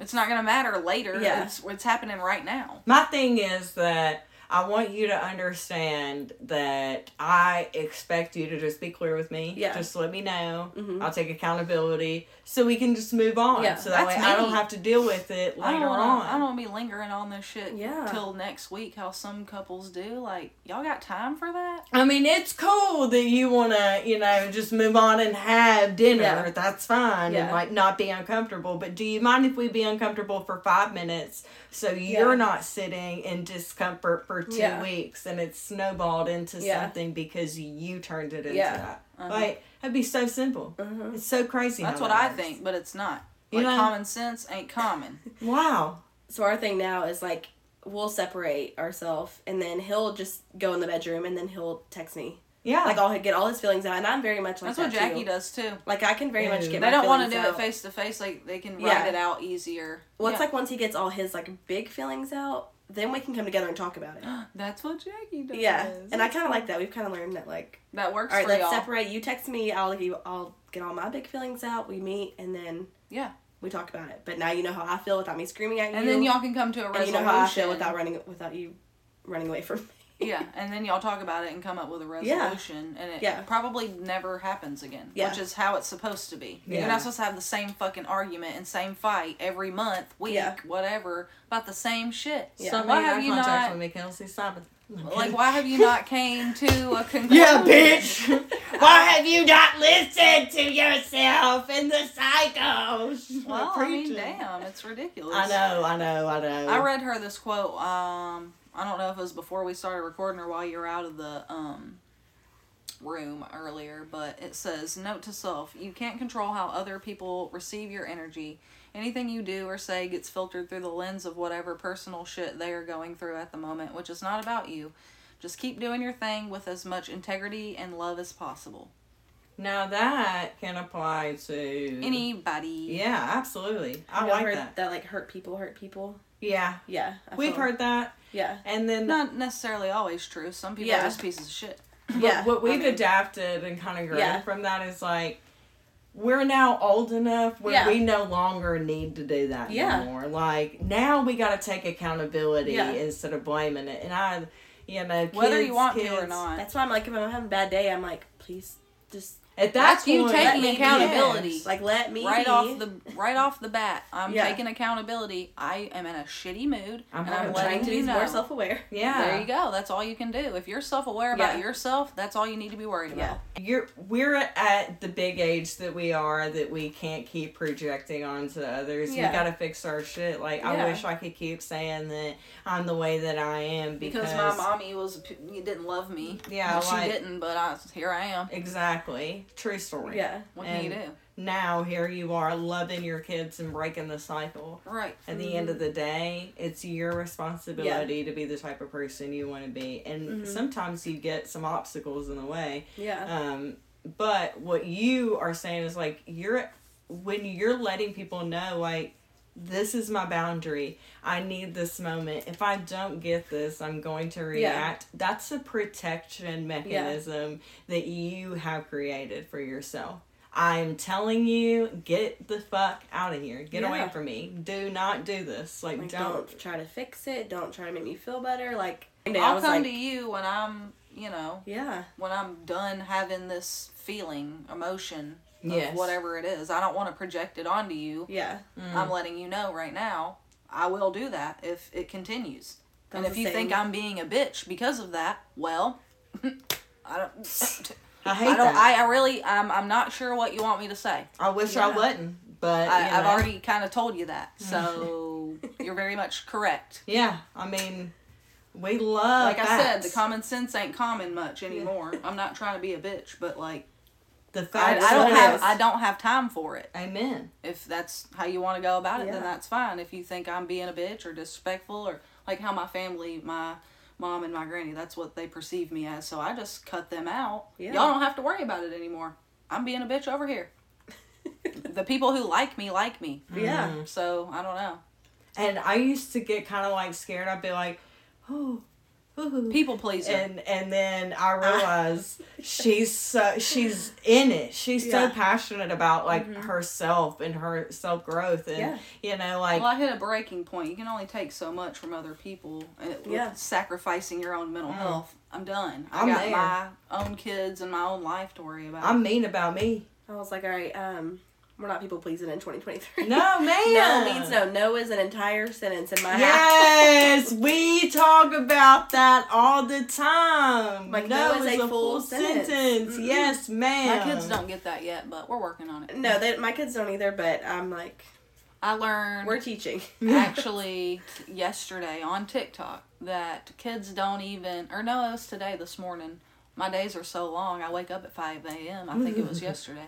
[SPEAKER 1] It's not gonna matter later.
[SPEAKER 3] Yeah.
[SPEAKER 1] It's it's happening right now.
[SPEAKER 2] My thing is that I want you to understand that I expect you to just be clear with me.
[SPEAKER 3] Yeah.
[SPEAKER 2] Just let me know.
[SPEAKER 1] Mm-hmm.
[SPEAKER 3] Mhm.
[SPEAKER 2] I'll take accountability so we can just move on.
[SPEAKER 3] Yeah,
[SPEAKER 2] so that way
[SPEAKER 1] that's
[SPEAKER 2] I
[SPEAKER 1] me.
[SPEAKER 2] don't have to deal with it later
[SPEAKER 1] I don't wanna,
[SPEAKER 2] on.
[SPEAKER 1] I don't wanna be lingering on this shit
[SPEAKER 3] Yeah.
[SPEAKER 1] till next week. How some couples do. Like y'all got time for that?
[SPEAKER 2] I mean, it's cool that you want to, you know, just move on and have dinner.
[SPEAKER 3] Yeah.
[SPEAKER 2] That's fine. And,
[SPEAKER 3] Yeah.
[SPEAKER 2] like, not be uncomfortable. But do you mind if we be uncomfortable for five minutes so you're
[SPEAKER 3] Yeah.
[SPEAKER 2] not sitting in discomfort for two
[SPEAKER 3] Yeah.
[SPEAKER 2] weeks and it's snowballed into
[SPEAKER 3] Yeah.
[SPEAKER 2] something because you turned it into
[SPEAKER 3] Yeah.
[SPEAKER 2] that?
[SPEAKER 1] Uh-huh.
[SPEAKER 2] Like, that'd be so simple. It's so crazy.
[SPEAKER 1] That's
[SPEAKER 2] how
[SPEAKER 1] what
[SPEAKER 2] that
[SPEAKER 1] I
[SPEAKER 2] works.
[SPEAKER 1] think, but it's not.
[SPEAKER 2] You
[SPEAKER 1] Like
[SPEAKER 2] know-
[SPEAKER 1] common sense ain't common.
[SPEAKER 2] Wow.
[SPEAKER 3] so our thing now is like we'll separate ourselves and then he'll just go in the bedroom and then he'll text me
[SPEAKER 2] Yeah.
[SPEAKER 3] Like I'll get all his feelings out, and I'm very much like
[SPEAKER 1] That's what
[SPEAKER 3] that,
[SPEAKER 1] Jackie
[SPEAKER 3] too.
[SPEAKER 1] does too.
[SPEAKER 3] Like I can very much
[SPEAKER 2] Ew.
[SPEAKER 3] get.
[SPEAKER 1] They
[SPEAKER 3] my
[SPEAKER 1] don't want to do
[SPEAKER 3] feelings
[SPEAKER 1] it
[SPEAKER 3] out.
[SPEAKER 1] face to face. Like they can
[SPEAKER 3] Yeah.
[SPEAKER 1] write it out easier.
[SPEAKER 3] Well, it's
[SPEAKER 1] Yeah.
[SPEAKER 3] like once he gets all his like big feelings out, then we can come together and talk about it.
[SPEAKER 1] that's what Jackie does.
[SPEAKER 3] yeah, and I kind of like that. We've kind of learned that like,
[SPEAKER 1] that works
[SPEAKER 3] all right,
[SPEAKER 1] for
[SPEAKER 3] let's
[SPEAKER 1] y'all.
[SPEAKER 3] separate. You text me, I'll give you, I'll get all my big feelings out. We meet, and then
[SPEAKER 1] Yeah.
[SPEAKER 3] we talk about it. But now you know how I feel without me screaming at you,
[SPEAKER 1] And then y'all can come to a
[SPEAKER 3] and
[SPEAKER 1] resolution.
[SPEAKER 3] you know how I feel without running without you running away from me.
[SPEAKER 1] yeah, and then y'all talk about it and come up with a
[SPEAKER 3] Yeah.
[SPEAKER 1] resolution, and it
[SPEAKER 3] Yeah.
[SPEAKER 1] probably never happens again,
[SPEAKER 3] Yeah.
[SPEAKER 1] which is how it's supposed to be. You're
[SPEAKER 2] Yeah.
[SPEAKER 1] not supposed to have the same fucking argument and same fight every month, week,
[SPEAKER 3] Yeah.
[SPEAKER 1] whatever, about the same shit.
[SPEAKER 3] Yeah.
[SPEAKER 1] So
[SPEAKER 2] Stop
[SPEAKER 1] why
[SPEAKER 2] making
[SPEAKER 1] have
[SPEAKER 2] eye
[SPEAKER 1] you
[SPEAKER 2] contact
[SPEAKER 1] not?
[SPEAKER 2] with me, Kelsey. Stop it.
[SPEAKER 1] Like, why have you not came to a conclusion?
[SPEAKER 2] Yeah, bitch. Why have you not listened to yourself in the psychos?
[SPEAKER 1] Well, I mean,
[SPEAKER 2] Preaching.
[SPEAKER 1] damn, it's ridiculous.
[SPEAKER 2] I know, I know, I know.
[SPEAKER 1] I read her this quote. Um, I don't know if it was before we started recording or while you were out of the um, room earlier, but it says, "Note to self: You can't control how other people receive your energy. Anything you do or say gets filtered through the lens of whatever personal shit they are going through at the moment, which is not about you. Just keep doing your thing with as much integrity and love as possible.
[SPEAKER 2] now that can apply to
[SPEAKER 1] Anybody?
[SPEAKER 2] Yeah, absolutely. I
[SPEAKER 3] Y'all
[SPEAKER 2] like
[SPEAKER 3] heard
[SPEAKER 2] that.
[SPEAKER 3] like hurt people hurt people.
[SPEAKER 2] Yeah,
[SPEAKER 3] Yeah, I
[SPEAKER 2] we've
[SPEAKER 3] feel-
[SPEAKER 2] heard that,
[SPEAKER 3] Yeah,
[SPEAKER 2] and then
[SPEAKER 1] Not necessarily always true. Some people
[SPEAKER 3] Yeah.
[SPEAKER 1] are just pieces of shit.
[SPEAKER 3] yeah.
[SPEAKER 2] what
[SPEAKER 3] I
[SPEAKER 2] we've
[SPEAKER 3] mean,
[SPEAKER 2] adapted and kind of grown
[SPEAKER 3] Yeah.
[SPEAKER 2] from that is like we're now old enough where
[SPEAKER 3] Yeah.
[SPEAKER 2] we no longer need to do that
[SPEAKER 3] Yeah.
[SPEAKER 2] anymore. Like now we got to take accountability
[SPEAKER 3] Yeah.
[SPEAKER 2] instead of blaming it. And I, you know, kids,
[SPEAKER 1] Whether you want
[SPEAKER 2] kids,
[SPEAKER 1] to or not.
[SPEAKER 3] That's why I'm like, if I'm having a bad day, I'm like, please just
[SPEAKER 2] at that
[SPEAKER 1] That's you
[SPEAKER 2] point-
[SPEAKER 1] taking
[SPEAKER 3] Let me-
[SPEAKER 1] accountability.
[SPEAKER 2] Yes.
[SPEAKER 3] like let me
[SPEAKER 1] right
[SPEAKER 3] be.
[SPEAKER 1] off the right off the bat. I'm
[SPEAKER 3] Yeah.
[SPEAKER 1] taking accountability. I am in a shitty mood,
[SPEAKER 2] I'm
[SPEAKER 1] and I'm
[SPEAKER 2] hurt.
[SPEAKER 1] letting
[SPEAKER 3] trying to
[SPEAKER 1] you
[SPEAKER 3] be
[SPEAKER 1] know.
[SPEAKER 3] more self aware.
[SPEAKER 2] Yeah,
[SPEAKER 1] There you go. That's all you can do. If you're self-aware about
[SPEAKER 3] Yeah.
[SPEAKER 1] yourself, that's all you need to be worried
[SPEAKER 3] Yeah.
[SPEAKER 1] about.
[SPEAKER 2] you're we're at the big age that we are that we can't keep projecting onto others.
[SPEAKER 1] Yeah.
[SPEAKER 2] We gotta fix our shit. Like
[SPEAKER 1] Yeah.
[SPEAKER 2] I wish I could keep saying that I'm the way that I am because,
[SPEAKER 1] Because my mommy was p- didn't love me.
[SPEAKER 2] Yeah,
[SPEAKER 1] she
[SPEAKER 2] like-
[SPEAKER 1] didn't. But I here I am.
[SPEAKER 2] exactly true story.
[SPEAKER 3] Yeah.
[SPEAKER 1] What can you
[SPEAKER 2] And-
[SPEAKER 1] do?
[SPEAKER 2] Now here you are loving your kids and breaking the cycle.
[SPEAKER 1] Right.
[SPEAKER 2] At the end of the day, it's your responsibility to be the type of person you want to be. And sometimes you get some obstacles in the way.
[SPEAKER 3] Yeah.
[SPEAKER 1] Uh-huh.
[SPEAKER 2] Um, but what you are saying is like you're when you're letting people know like this is my boundary. I need this moment. If I don't get this, I'm going to react. That's a protection mechanism that you have created for yourself. I'm telling you, get the fuck out of here. Get away
[SPEAKER 3] Yeah.
[SPEAKER 2] from me. Do not do this. Like,
[SPEAKER 3] Like,
[SPEAKER 2] don't.
[SPEAKER 3] don't try to fix it. Don't try to make me feel better. Like one day I
[SPEAKER 1] I'll
[SPEAKER 3] was
[SPEAKER 1] come
[SPEAKER 3] like,
[SPEAKER 1] to you when I'm you know
[SPEAKER 3] yeah,
[SPEAKER 1] when I'm done having this feeling emotion. Of
[SPEAKER 2] Yes.
[SPEAKER 1] Whatever it is, I don't want to project it onto you.
[SPEAKER 3] yeah.
[SPEAKER 1] I'm letting you know right now, I will do that if it continues.
[SPEAKER 3] That
[SPEAKER 1] and
[SPEAKER 3] was
[SPEAKER 1] if
[SPEAKER 3] the
[SPEAKER 1] you think
[SPEAKER 3] same.
[SPEAKER 1] I'm being a bitch because of that, well, I don't.
[SPEAKER 2] I hate
[SPEAKER 1] I don't.
[SPEAKER 2] that.
[SPEAKER 1] I, I really. I'm. I'm not sure what you want me to say.
[SPEAKER 2] I, wish
[SPEAKER 3] Yeah.
[SPEAKER 2] I wouldn't, but
[SPEAKER 1] I,
[SPEAKER 2] you
[SPEAKER 1] I've
[SPEAKER 2] know.
[SPEAKER 1] already kind of told you that, so you're very much correct.
[SPEAKER 2] Yeah, I mean, we love.
[SPEAKER 1] Like I said, the
[SPEAKER 2] facts.
[SPEAKER 1] common sense ain't common much anymore. I'm not trying to be a bitch, but like
[SPEAKER 2] The
[SPEAKER 1] I,
[SPEAKER 2] facts.
[SPEAKER 1] I don't
[SPEAKER 2] is-
[SPEAKER 1] have. I don't have time for it.
[SPEAKER 2] Amen.
[SPEAKER 1] if that's how you want to go about it,
[SPEAKER 3] Yeah.
[SPEAKER 1] then that's fine. If you think I'm being a bitch or disrespectful or like how my family, my mom and my granny, that's what they perceive me as. So I just cut them out.
[SPEAKER 3] Yeah.
[SPEAKER 1] Y'all don't have to worry about it anymore. I'm being a bitch over here. the people who like me like me.
[SPEAKER 3] Yeah.
[SPEAKER 1] So I don't know.
[SPEAKER 2] And I used to get kind of like scared. I'd be like, oh. ooh."
[SPEAKER 1] People pleaser.
[SPEAKER 2] And and then I realized she's so she's in it. She's
[SPEAKER 3] Yeah.
[SPEAKER 2] so passionate about like herself and her self growth and you know like
[SPEAKER 1] well, I hit a breaking point. You can only take so much from other people, and it, with
[SPEAKER 3] Yeah.
[SPEAKER 1] sacrificing your own mental health. I'm done. I
[SPEAKER 2] I'm
[SPEAKER 1] got
[SPEAKER 2] there.
[SPEAKER 1] my own kids and my own life to worry about.
[SPEAKER 2] I'm mean about me.
[SPEAKER 3] I was like, all right, um, we're not people pleasing in 2023.
[SPEAKER 2] No man.
[SPEAKER 3] No means no. No is an entire sentence in my house.
[SPEAKER 2] Yes, we talk about that all the time.
[SPEAKER 3] Like,
[SPEAKER 2] no,
[SPEAKER 3] no is
[SPEAKER 2] it's
[SPEAKER 3] a full sentence. Mhm.
[SPEAKER 2] Yes,
[SPEAKER 1] my
[SPEAKER 2] ma'am.
[SPEAKER 1] kids don't get that yet, but we're working on it.
[SPEAKER 3] No, they, my kids don't either. But I'm like,
[SPEAKER 1] I learned
[SPEAKER 3] we're teaching.
[SPEAKER 1] actually yesterday on TikTok that kids don't even, or no, it was today this morning. My days are so long. I wake up at 5 a.m. I think it was yesterday.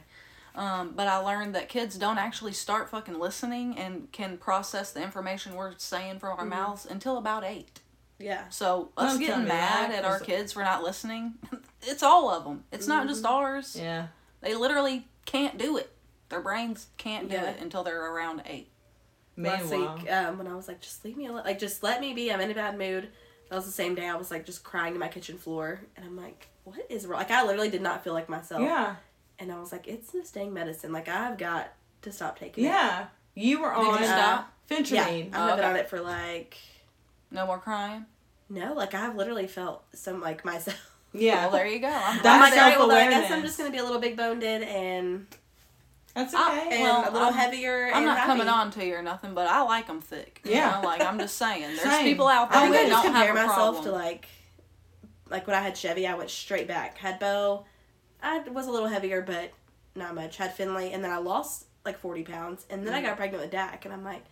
[SPEAKER 1] Um, but I learned that kids don't actually start fucking listening and can process the information we're saying from our mouths until about 8.
[SPEAKER 3] Yeah.
[SPEAKER 1] So us
[SPEAKER 2] Mm-hmm. Don't tell
[SPEAKER 1] getting
[SPEAKER 2] me that,
[SPEAKER 1] mad at our
[SPEAKER 2] 'cause-
[SPEAKER 1] kids for not listening, it's all of them. It's not
[SPEAKER 2] Mm-hmm.
[SPEAKER 1] just ours.
[SPEAKER 2] Yeah.
[SPEAKER 1] They literally can't do it. Their brains can't do
[SPEAKER 3] Yeah.
[SPEAKER 1] it until they're around eight.
[SPEAKER 3] last
[SPEAKER 2] Meanwhile,
[SPEAKER 3] week um, when I was like, just leave me alone. Like, just let me be. I'm in a bad mood. That was the same day I was like just crying to my kitchen floor. And I'm like, what is wrong? Like, I literally did not feel like myself.
[SPEAKER 2] yeah,
[SPEAKER 3] And I was like, it's this dang medicine. Like, I've got to stop taking it.
[SPEAKER 2] yeah. You were
[SPEAKER 3] Oh,
[SPEAKER 1] Did you
[SPEAKER 2] on uh,
[SPEAKER 1] stop?
[SPEAKER 3] Yeah.
[SPEAKER 2] fentanyl. Oh,
[SPEAKER 3] I've not been
[SPEAKER 1] okay.
[SPEAKER 3] on it for like,
[SPEAKER 1] No more crying.
[SPEAKER 3] no, like, I've literally felt some like myself.
[SPEAKER 2] Yeah,
[SPEAKER 1] Well, there you go. I'm
[SPEAKER 2] That's
[SPEAKER 3] I'm like, all right, well, I
[SPEAKER 2] self-awareness.
[SPEAKER 3] guess I'm just going to be a little big boned and,
[SPEAKER 2] that's
[SPEAKER 1] I-
[SPEAKER 2] okay.
[SPEAKER 3] and
[SPEAKER 1] Well,
[SPEAKER 3] a little
[SPEAKER 1] I'm-
[SPEAKER 3] heavier.
[SPEAKER 1] I'm
[SPEAKER 3] and
[SPEAKER 1] not
[SPEAKER 3] happy.
[SPEAKER 1] coming on to you or nothing, but I like them thick. You
[SPEAKER 2] Yeah.
[SPEAKER 1] know, like I'm just saying, there's
[SPEAKER 2] Same.
[SPEAKER 1] people out there
[SPEAKER 3] I
[SPEAKER 2] I
[SPEAKER 3] think
[SPEAKER 1] that
[SPEAKER 3] I just
[SPEAKER 1] don't have
[SPEAKER 3] compare
[SPEAKER 1] a
[SPEAKER 3] myself
[SPEAKER 1] problem.
[SPEAKER 3] to like, like when I had Chevy, I went straight back. Had Bo, I was a little heavier, but not much. Had Finley, and then I lost like forty pounds, and
[SPEAKER 1] Mm.
[SPEAKER 3] then I got pregnant with Dak, and I'm like,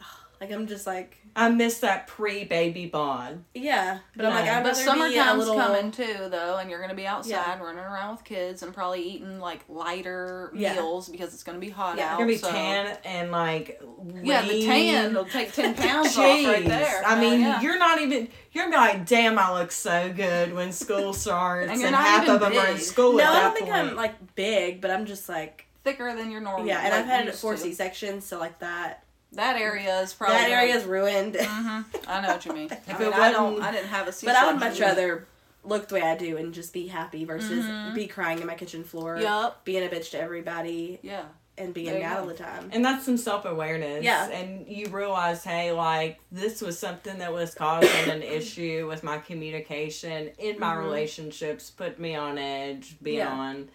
[SPEAKER 3] like I'm just like,
[SPEAKER 2] I miss that pre-baby bond.
[SPEAKER 3] yeah, but I'm like,
[SPEAKER 2] Yeah.
[SPEAKER 3] I'd
[SPEAKER 1] but
[SPEAKER 3] rather be a
[SPEAKER 1] summertime's
[SPEAKER 3] little.
[SPEAKER 1] coming too, though, and you're gonna be outside
[SPEAKER 3] Yeah.
[SPEAKER 1] running around with kids and probably eating like lighter
[SPEAKER 3] Yeah.
[SPEAKER 1] meals because it's gonna be hot
[SPEAKER 3] Yeah.
[SPEAKER 1] out.
[SPEAKER 2] You're gonna be
[SPEAKER 1] so-
[SPEAKER 2] tan and like
[SPEAKER 1] Yeah, the
[SPEAKER 2] lean.
[SPEAKER 1] tan will take ten pounds off right
[SPEAKER 2] Jeez.
[SPEAKER 1] there. Uh,
[SPEAKER 2] I mean,
[SPEAKER 1] Yeah.
[SPEAKER 2] you're not even. You're gonna be like, damn, I look so good when school starts,
[SPEAKER 1] And
[SPEAKER 2] and,
[SPEAKER 1] you're not
[SPEAKER 2] half
[SPEAKER 1] even
[SPEAKER 2] of them are in
[SPEAKER 1] big.
[SPEAKER 2] school.
[SPEAKER 3] no,
[SPEAKER 2] at
[SPEAKER 3] I
[SPEAKER 2] that
[SPEAKER 3] don't think
[SPEAKER 2] point.
[SPEAKER 3] I'm like big, but I'm just like,
[SPEAKER 1] thicker than your normal.
[SPEAKER 3] yeah, and
[SPEAKER 1] like
[SPEAKER 3] I've had
[SPEAKER 1] you
[SPEAKER 3] it at
[SPEAKER 1] used
[SPEAKER 3] four
[SPEAKER 1] to.
[SPEAKER 3] C sections, so like that
[SPEAKER 1] That area is probably
[SPEAKER 3] that
[SPEAKER 1] gonna-
[SPEAKER 3] area is ruined.
[SPEAKER 1] Mhm. I know what you mean. I,
[SPEAKER 2] it
[SPEAKER 1] mean, I don't.
[SPEAKER 2] wasn't-
[SPEAKER 1] I didn't have a C.
[SPEAKER 3] But I would much rather look the way I do and just be happy versus
[SPEAKER 1] Mm-hmm.
[SPEAKER 3] be crying in my kitchen floor,
[SPEAKER 1] Yup.
[SPEAKER 3] being a bitch to everybody,
[SPEAKER 1] Yeah.
[SPEAKER 3] and
[SPEAKER 1] There
[SPEAKER 3] being
[SPEAKER 1] you
[SPEAKER 3] mad all
[SPEAKER 1] go.
[SPEAKER 3] the time.
[SPEAKER 2] And that's some self awareness.
[SPEAKER 3] Yeah.
[SPEAKER 2] And you realize, hey, like this was something that was causing an issue with my communication in my relationships, put me on edge,
[SPEAKER 3] Mm-hmm. Yeah.
[SPEAKER 2] beyond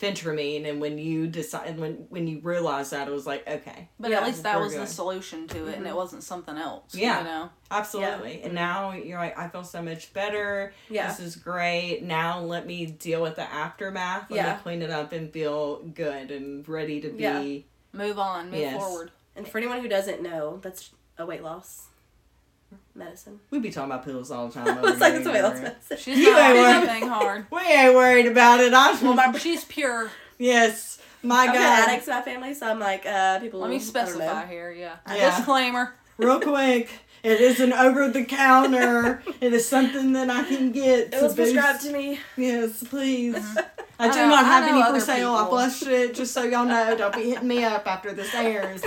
[SPEAKER 2] fentramine. And when you decide, and when when you realize that, it was like, okay,
[SPEAKER 1] But
[SPEAKER 3] Yeah,
[SPEAKER 1] at least that
[SPEAKER 2] we're
[SPEAKER 1] was the
[SPEAKER 2] good.
[SPEAKER 1] solution to it, and it wasn't something else.
[SPEAKER 2] Yeah.
[SPEAKER 1] You know.
[SPEAKER 2] absolutely. And now you're like, I feel so much better.
[SPEAKER 3] Mm-hmm. Yeah.
[SPEAKER 2] This is great. Now let me deal with the aftermath. Let
[SPEAKER 3] Yeah.
[SPEAKER 2] me clean it up and feel good and ready to be.
[SPEAKER 3] Yeah.
[SPEAKER 1] Move on. Move
[SPEAKER 2] Yes.
[SPEAKER 1] forward.
[SPEAKER 3] And for anyone who doesn't know, that's a weight loss medicine.
[SPEAKER 2] We be talking about pills all the time.
[SPEAKER 3] I was
[SPEAKER 2] over
[SPEAKER 3] like,
[SPEAKER 2] here
[SPEAKER 3] that's a
[SPEAKER 2] in
[SPEAKER 3] weight
[SPEAKER 2] the
[SPEAKER 3] loss
[SPEAKER 2] room.
[SPEAKER 3] medicine.
[SPEAKER 1] She's
[SPEAKER 2] You
[SPEAKER 1] not
[SPEAKER 2] ain't
[SPEAKER 1] doing
[SPEAKER 2] worried.
[SPEAKER 1] anything hard.
[SPEAKER 2] We ain't worried about it. I
[SPEAKER 3] Well, my
[SPEAKER 1] She's pure.
[SPEAKER 2] Yes, my
[SPEAKER 3] I'm an
[SPEAKER 2] God.
[SPEAKER 3] addicts in my family, so I'm like, uh, people.
[SPEAKER 1] Let me
[SPEAKER 3] I don't
[SPEAKER 1] specify
[SPEAKER 3] know.
[SPEAKER 1] here. Yeah.
[SPEAKER 2] Yeah.
[SPEAKER 1] Disclaimer.
[SPEAKER 2] Real quick, it isn't over the counter. it is something that I can get.
[SPEAKER 3] It was prescribed to me.
[SPEAKER 2] Yes, please. I
[SPEAKER 1] I
[SPEAKER 2] do
[SPEAKER 1] know-
[SPEAKER 2] not
[SPEAKER 1] I
[SPEAKER 2] have
[SPEAKER 1] know
[SPEAKER 2] any for
[SPEAKER 1] other
[SPEAKER 2] sale. I
[SPEAKER 1] people.
[SPEAKER 2] flushed it, just so y'all know. Don't be hitting me up after this airs.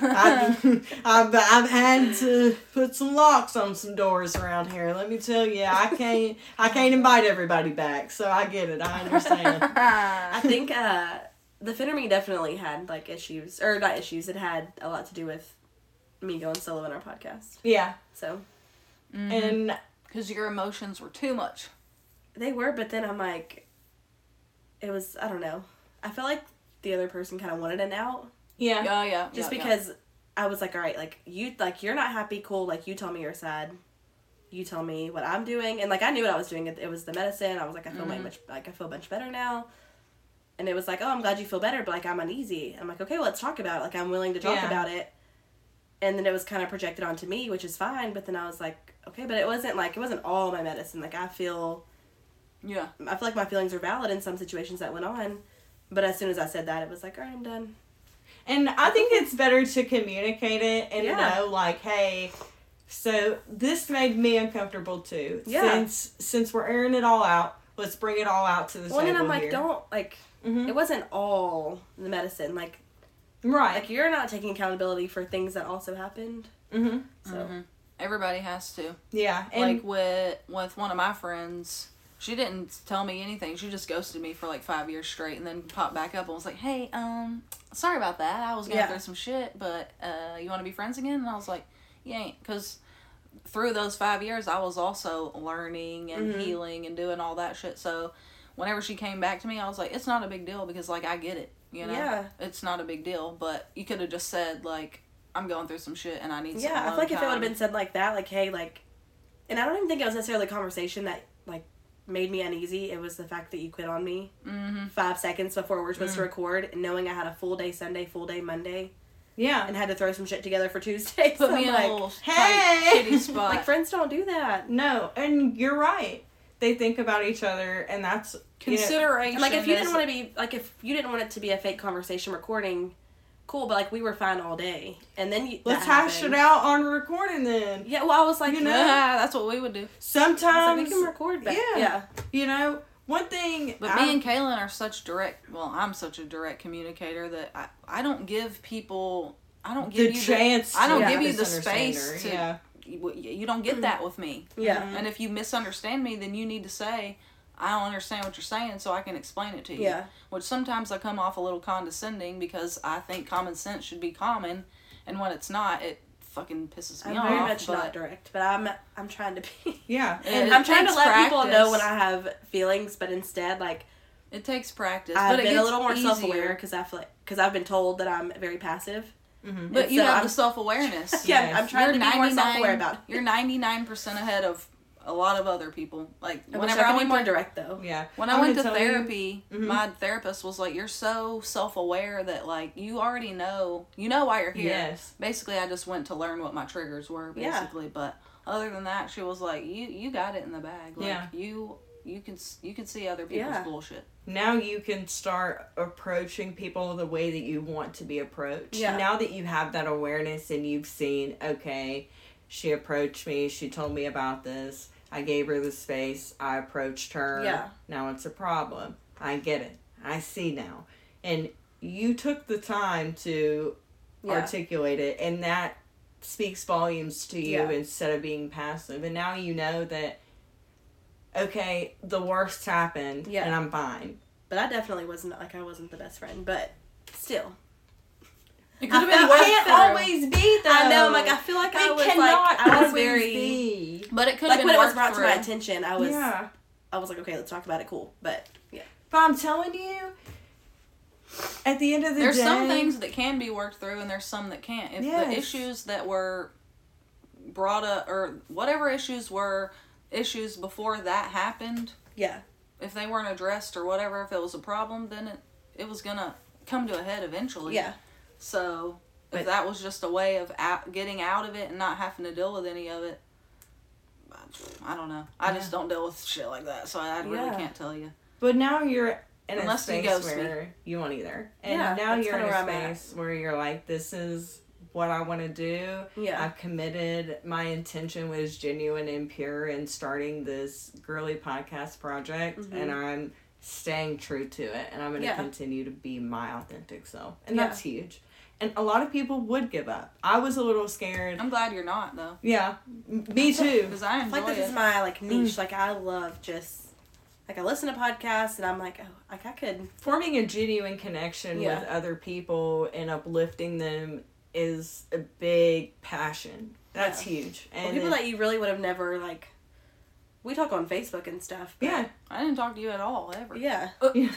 [SPEAKER 2] I've, I've, I've had to put some locks on some doors around here. Let me tell you, I can't I can't invite everybody back. So I get it. I understand.
[SPEAKER 3] I think uh, the Fentermine definitely had like issues, or not issues. It had a lot to do with me going solo in our podcast.
[SPEAKER 2] Yeah,
[SPEAKER 3] So
[SPEAKER 2] and
[SPEAKER 1] Because your emotions were too much.
[SPEAKER 3] They were, but then I'm like, it was, I don't know. I felt like the other person kind of wanted an out
[SPEAKER 2] yeah,
[SPEAKER 1] Yeah. Yeah.
[SPEAKER 3] just
[SPEAKER 1] yeah, yeah.
[SPEAKER 3] because I was like, all right, like, you, like, you're not happy, cool, like, you tell me you're sad. You tell me what I'm doing. And, like, I knew what I was doing. It, it was the medicine. I was like, I feel way much, like, I feel much better now. And it was like, oh, I'm glad you feel better, but, like, I'm uneasy. I'm like, okay, well, let's talk about it. Like, I'm willing to talk
[SPEAKER 2] Yeah.
[SPEAKER 3] about it. And then it was kind of projected onto me, which is fine. But then I was like, okay, but it wasn't like, it wasn't all my medicine. Like, I feel.
[SPEAKER 1] Yeah.
[SPEAKER 3] I feel like my feelings are valid in some situations that went on, but as soon as I said that, it was like, all right, I'm done.
[SPEAKER 2] And I think it's better to communicate it and
[SPEAKER 3] Yeah.
[SPEAKER 2] know, like, hey, so this made me uncomfortable too.
[SPEAKER 3] Yeah.
[SPEAKER 2] Since since we're airing it all out, let's bring it all out to the
[SPEAKER 3] Well,
[SPEAKER 2] table
[SPEAKER 3] and I'm like,
[SPEAKER 2] here.
[SPEAKER 3] don't like.
[SPEAKER 2] Mhm.
[SPEAKER 1] Mm-hmm.
[SPEAKER 3] It wasn't all the medicine. Like, like
[SPEAKER 2] Right.
[SPEAKER 3] you're not taking accountability for things that also happened.
[SPEAKER 2] hmm
[SPEAKER 3] So
[SPEAKER 1] Everybody has to.
[SPEAKER 2] Yeah. And
[SPEAKER 1] mm-hmm. like with with one of my friends, she didn't tell me anything. She just ghosted me for like five years straight, and then popped back up and was like, "Hey, um, sorry about that. I was going
[SPEAKER 3] Yeah.
[SPEAKER 1] through some shit, but uh, you want to be friends again?" And I was like, "You ain't," because through those five years, I was also learning and
[SPEAKER 3] Mm-hmm.
[SPEAKER 1] healing and doing all that shit. So whenever she came back to me, I was like, "It's not a big deal," because like I get it. You know,
[SPEAKER 3] Yeah.
[SPEAKER 1] it's not a big deal, but you could have just said like, "I'm going through some shit and I need." some
[SPEAKER 3] yeah, I feel
[SPEAKER 1] alone
[SPEAKER 3] like if it would have
[SPEAKER 1] time."
[SPEAKER 3] been said like that, like, hey, like, and I don't even think it was necessarily a conversation that like made me uneasy. It was the fact that you quit on me
[SPEAKER 1] Mm-hmm.
[SPEAKER 3] five seconds before we were
[SPEAKER 1] Mm.
[SPEAKER 3] supposed to record, and knowing I had a full day Sunday, full day Monday,
[SPEAKER 2] yeah.
[SPEAKER 3] and had to throw some shit together for Tuesday.
[SPEAKER 1] put
[SPEAKER 3] So
[SPEAKER 1] me
[SPEAKER 3] I'm
[SPEAKER 1] in
[SPEAKER 3] like,
[SPEAKER 1] a little
[SPEAKER 2] "Hey!"
[SPEAKER 1] tight, shitty spot.
[SPEAKER 3] like friends don't do that.
[SPEAKER 2] No, and you're right. They think about each other and that's you know-
[SPEAKER 1] Consideration.
[SPEAKER 3] And, like if you didn't
[SPEAKER 1] is-
[SPEAKER 3] want to be like if you didn't want it to be a fake conversation recording, cool. But like we were fine all day, and then you,
[SPEAKER 2] let's hash it out on recording then.
[SPEAKER 3] Yeah, well, I was like,
[SPEAKER 2] You
[SPEAKER 3] you
[SPEAKER 2] know?
[SPEAKER 3] know,
[SPEAKER 1] Yeah, that's what we would do.
[SPEAKER 3] I was like,
[SPEAKER 2] Sometimes
[SPEAKER 3] we can record, but
[SPEAKER 2] Yeah.
[SPEAKER 3] yeah,
[SPEAKER 2] you know One thing,
[SPEAKER 1] But
[SPEAKER 2] I-
[SPEAKER 1] me and Kaylin are such direct. Well, I'm such a direct communicator that I, I don't give people. I don't give
[SPEAKER 2] the
[SPEAKER 1] you
[SPEAKER 2] chance.
[SPEAKER 1] The, I don't
[SPEAKER 2] to
[SPEAKER 3] Yeah.
[SPEAKER 1] give you the
[SPEAKER 2] misunderstand
[SPEAKER 1] space
[SPEAKER 2] her.
[SPEAKER 1] to.
[SPEAKER 2] Yeah.
[SPEAKER 1] You, you don't get that with me.
[SPEAKER 3] Mm-hmm. Yeah.
[SPEAKER 2] Mm-hmm.
[SPEAKER 1] And if you misunderstand me, then you need to say, I don't understand what you're saying, so I can explain it to you.
[SPEAKER 3] Yeah.
[SPEAKER 1] Which sometimes I come off a little condescending because I think common sense should be common, and when it's not, it fucking pisses me
[SPEAKER 3] I'm
[SPEAKER 1] off.
[SPEAKER 3] very much
[SPEAKER 1] but
[SPEAKER 3] not direct, but I'm I'm trying to be.
[SPEAKER 2] Yeah.
[SPEAKER 1] And
[SPEAKER 3] I'm trying to
[SPEAKER 1] takes
[SPEAKER 3] let people know when I
[SPEAKER 1] practice.
[SPEAKER 3] have feelings, but instead, like
[SPEAKER 1] It takes practice.
[SPEAKER 3] I've
[SPEAKER 1] but it
[SPEAKER 3] been a
[SPEAKER 1] gets
[SPEAKER 3] little more
[SPEAKER 1] easier.
[SPEAKER 3] self-aware because I feel like because I've been told that I'm very passive.
[SPEAKER 2] Mhm.
[SPEAKER 1] But
[SPEAKER 3] And
[SPEAKER 1] you
[SPEAKER 3] so
[SPEAKER 1] have
[SPEAKER 3] I'm-
[SPEAKER 1] the self awareness.
[SPEAKER 3] yeah,
[SPEAKER 2] Yes.
[SPEAKER 3] I'm trying to be more
[SPEAKER 1] 99
[SPEAKER 3] self-aware about it.
[SPEAKER 1] You're 99 percent ahead of a lot of other people. Like
[SPEAKER 3] I wish
[SPEAKER 1] whenever
[SPEAKER 3] I
[SPEAKER 1] I,
[SPEAKER 3] could be
[SPEAKER 1] went
[SPEAKER 3] more
[SPEAKER 1] to
[SPEAKER 3] direct though.
[SPEAKER 2] Yeah.
[SPEAKER 1] When
[SPEAKER 2] I'm
[SPEAKER 1] I went to
[SPEAKER 2] gonna tell you-
[SPEAKER 1] therapy,
[SPEAKER 3] Mm-hmm.
[SPEAKER 2] Mhm.
[SPEAKER 1] my therapist was like, "You're so self-aware that like you already know, you know why you're here."
[SPEAKER 2] Yes.
[SPEAKER 1] Basically, I just went to learn what my triggers were,
[SPEAKER 3] Yeah.
[SPEAKER 1] basically. But other than that, she was like, "You you got it in the bag. Like
[SPEAKER 2] Yeah.
[SPEAKER 1] you you can s- you can see other people's
[SPEAKER 3] Yeah.
[SPEAKER 1] bullshit."
[SPEAKER 2] now you can start approaching people the way that you want to be approached.
[SPEAKER 3] Yeah.
[SPEAKER 2] Now that you have that awareness and you've seen, okay, she approached me, she told me about this, I gave her the space, I approached her.
[SPEAKER 3] Yeah.
[SPEAKER 2] Now it's a problem. I get it. I see now. And you took the time to
[SPEAKER 3] Yeah.
[SPEAKER 2] articulate it and that speaks volumes to you
[SPEAKER 3] Yeah.
[SPEAKER 2] instead of being passive and now you know that okay the worst happened
[SPEAKER 3] Yeah.
[SPEAKER 2] and i'm fine
[SPEAKER 3] But I definitely wasn't like I wasn't the best friend, but still,
[SPEAKER 1] It
[SPEAKER 3] I could've been felt- I worse can't for her. always
[SPEAKER 2] be
[SPEAKER 3] I know. I'm like I feel like I was like I was very
[SPEAKER 1] but it could have
[SPEAKER 3] like
[SPEAKER 1] been
[SPEAKER 3] when it was
[SPEAKER 1] worked
[SPEAKER 3] brought to
[SPEAKER 1] through.
[SPEAKER 3] my attention. I was
[SPEAKER 2] yeah
[SPEAKER 3] I was like okay, let's talk about it. Cool, but yeah,
[SPEAKER 2] but i'm telling you at the end of the
[SPEAKER 1] there's
[SPEAKER 2] day
[SPEAKER 1] some things that can be worked through and there's some that can't if
[SPEAKER 2] Yes.
[SPEAKER 1] the issues that were brought up or whatever issues were issues before that happened
[SPEAKER 3] yeah,
[SPEAKER 1] if they weren't addressed or whatever if it was a problem then it, it was gonna come to a head eventually
[SPEAKER 3] yeah,
[SPEAKER 1] so
[SPEAKER 2] But-
[SPEAKER 1] if that was just a way of out, getting out of it and not having to deal with any of it I- i don't know i just don't deal with shit like that so i really
[SPEAKER 3] Yeah.
[SPEAKER 1] can't tell you
[SPEAKER 2] But now you're in
[SPEAKER 1] Unless
[SPEAKER 2] a
[SPEAKER 1] you
[SPEAKER 2] space
[SPEAKER 1] ghost me.
[SPEAKER 2] where you won't either. And
[SPEAKER 3] Yeah,
[SPEAKER 2] now
[SPEAKER 3] that's
[SPEAKER 2] you're in
[SPEAKER 3] kinda
[SPEAKER 2] a
[SPEAKER 3] where I'm at.
[SPEAKER 2] space where you're like, this is what I want to do.
[SPEAKER 3] Yeah.
[SPEAKER 2] I've committed. My intention was genuine and pure in starting this girly podcast project, and I'm staying true to it. And I'm going to
[SPEAKER 3] Mm-hmm. Yeah.
[SPEAKER 2] continue to be my authentic self. And
[SPEAKER 3] Yeah.
[SPEAKER 2] that's huge. And a lot of people would give up. I was a little scared.
[SPEAKER 1] i'm glad you're not though
[SPEAKER 2] Yeah, m- me too.
[SPEAKER 1] because i
[SPEAKER 3] I
[SPEAKER 1] enjoy
[SPEAKER 3] feel like
[SPEAKER 1] it
[SPEAKER 3] this is my like
[SPEAKER 2] Mm.
[SPEAKER 3] niche. Like I love just like I listen to podcasts and I'm like, oh, like I could.
[SPEAKER 2] forming a genuine connection
[SPEAKER 3] Yeah.
[SPEAKER 2] with other people and uplifting them is a big passion. That's huge. And
[SPEAKER 3] Well, people
[SPEAKER 2] it-
[SPEAKER 3] that you really would have never like. We talk on Facebook and stuff. But
[SPEAKER 2] yeah,
[SPEAKER 1] i didn't talk to you at all ever
[SPEAKER 3] yeah.
[SPEAKER 2] yeah.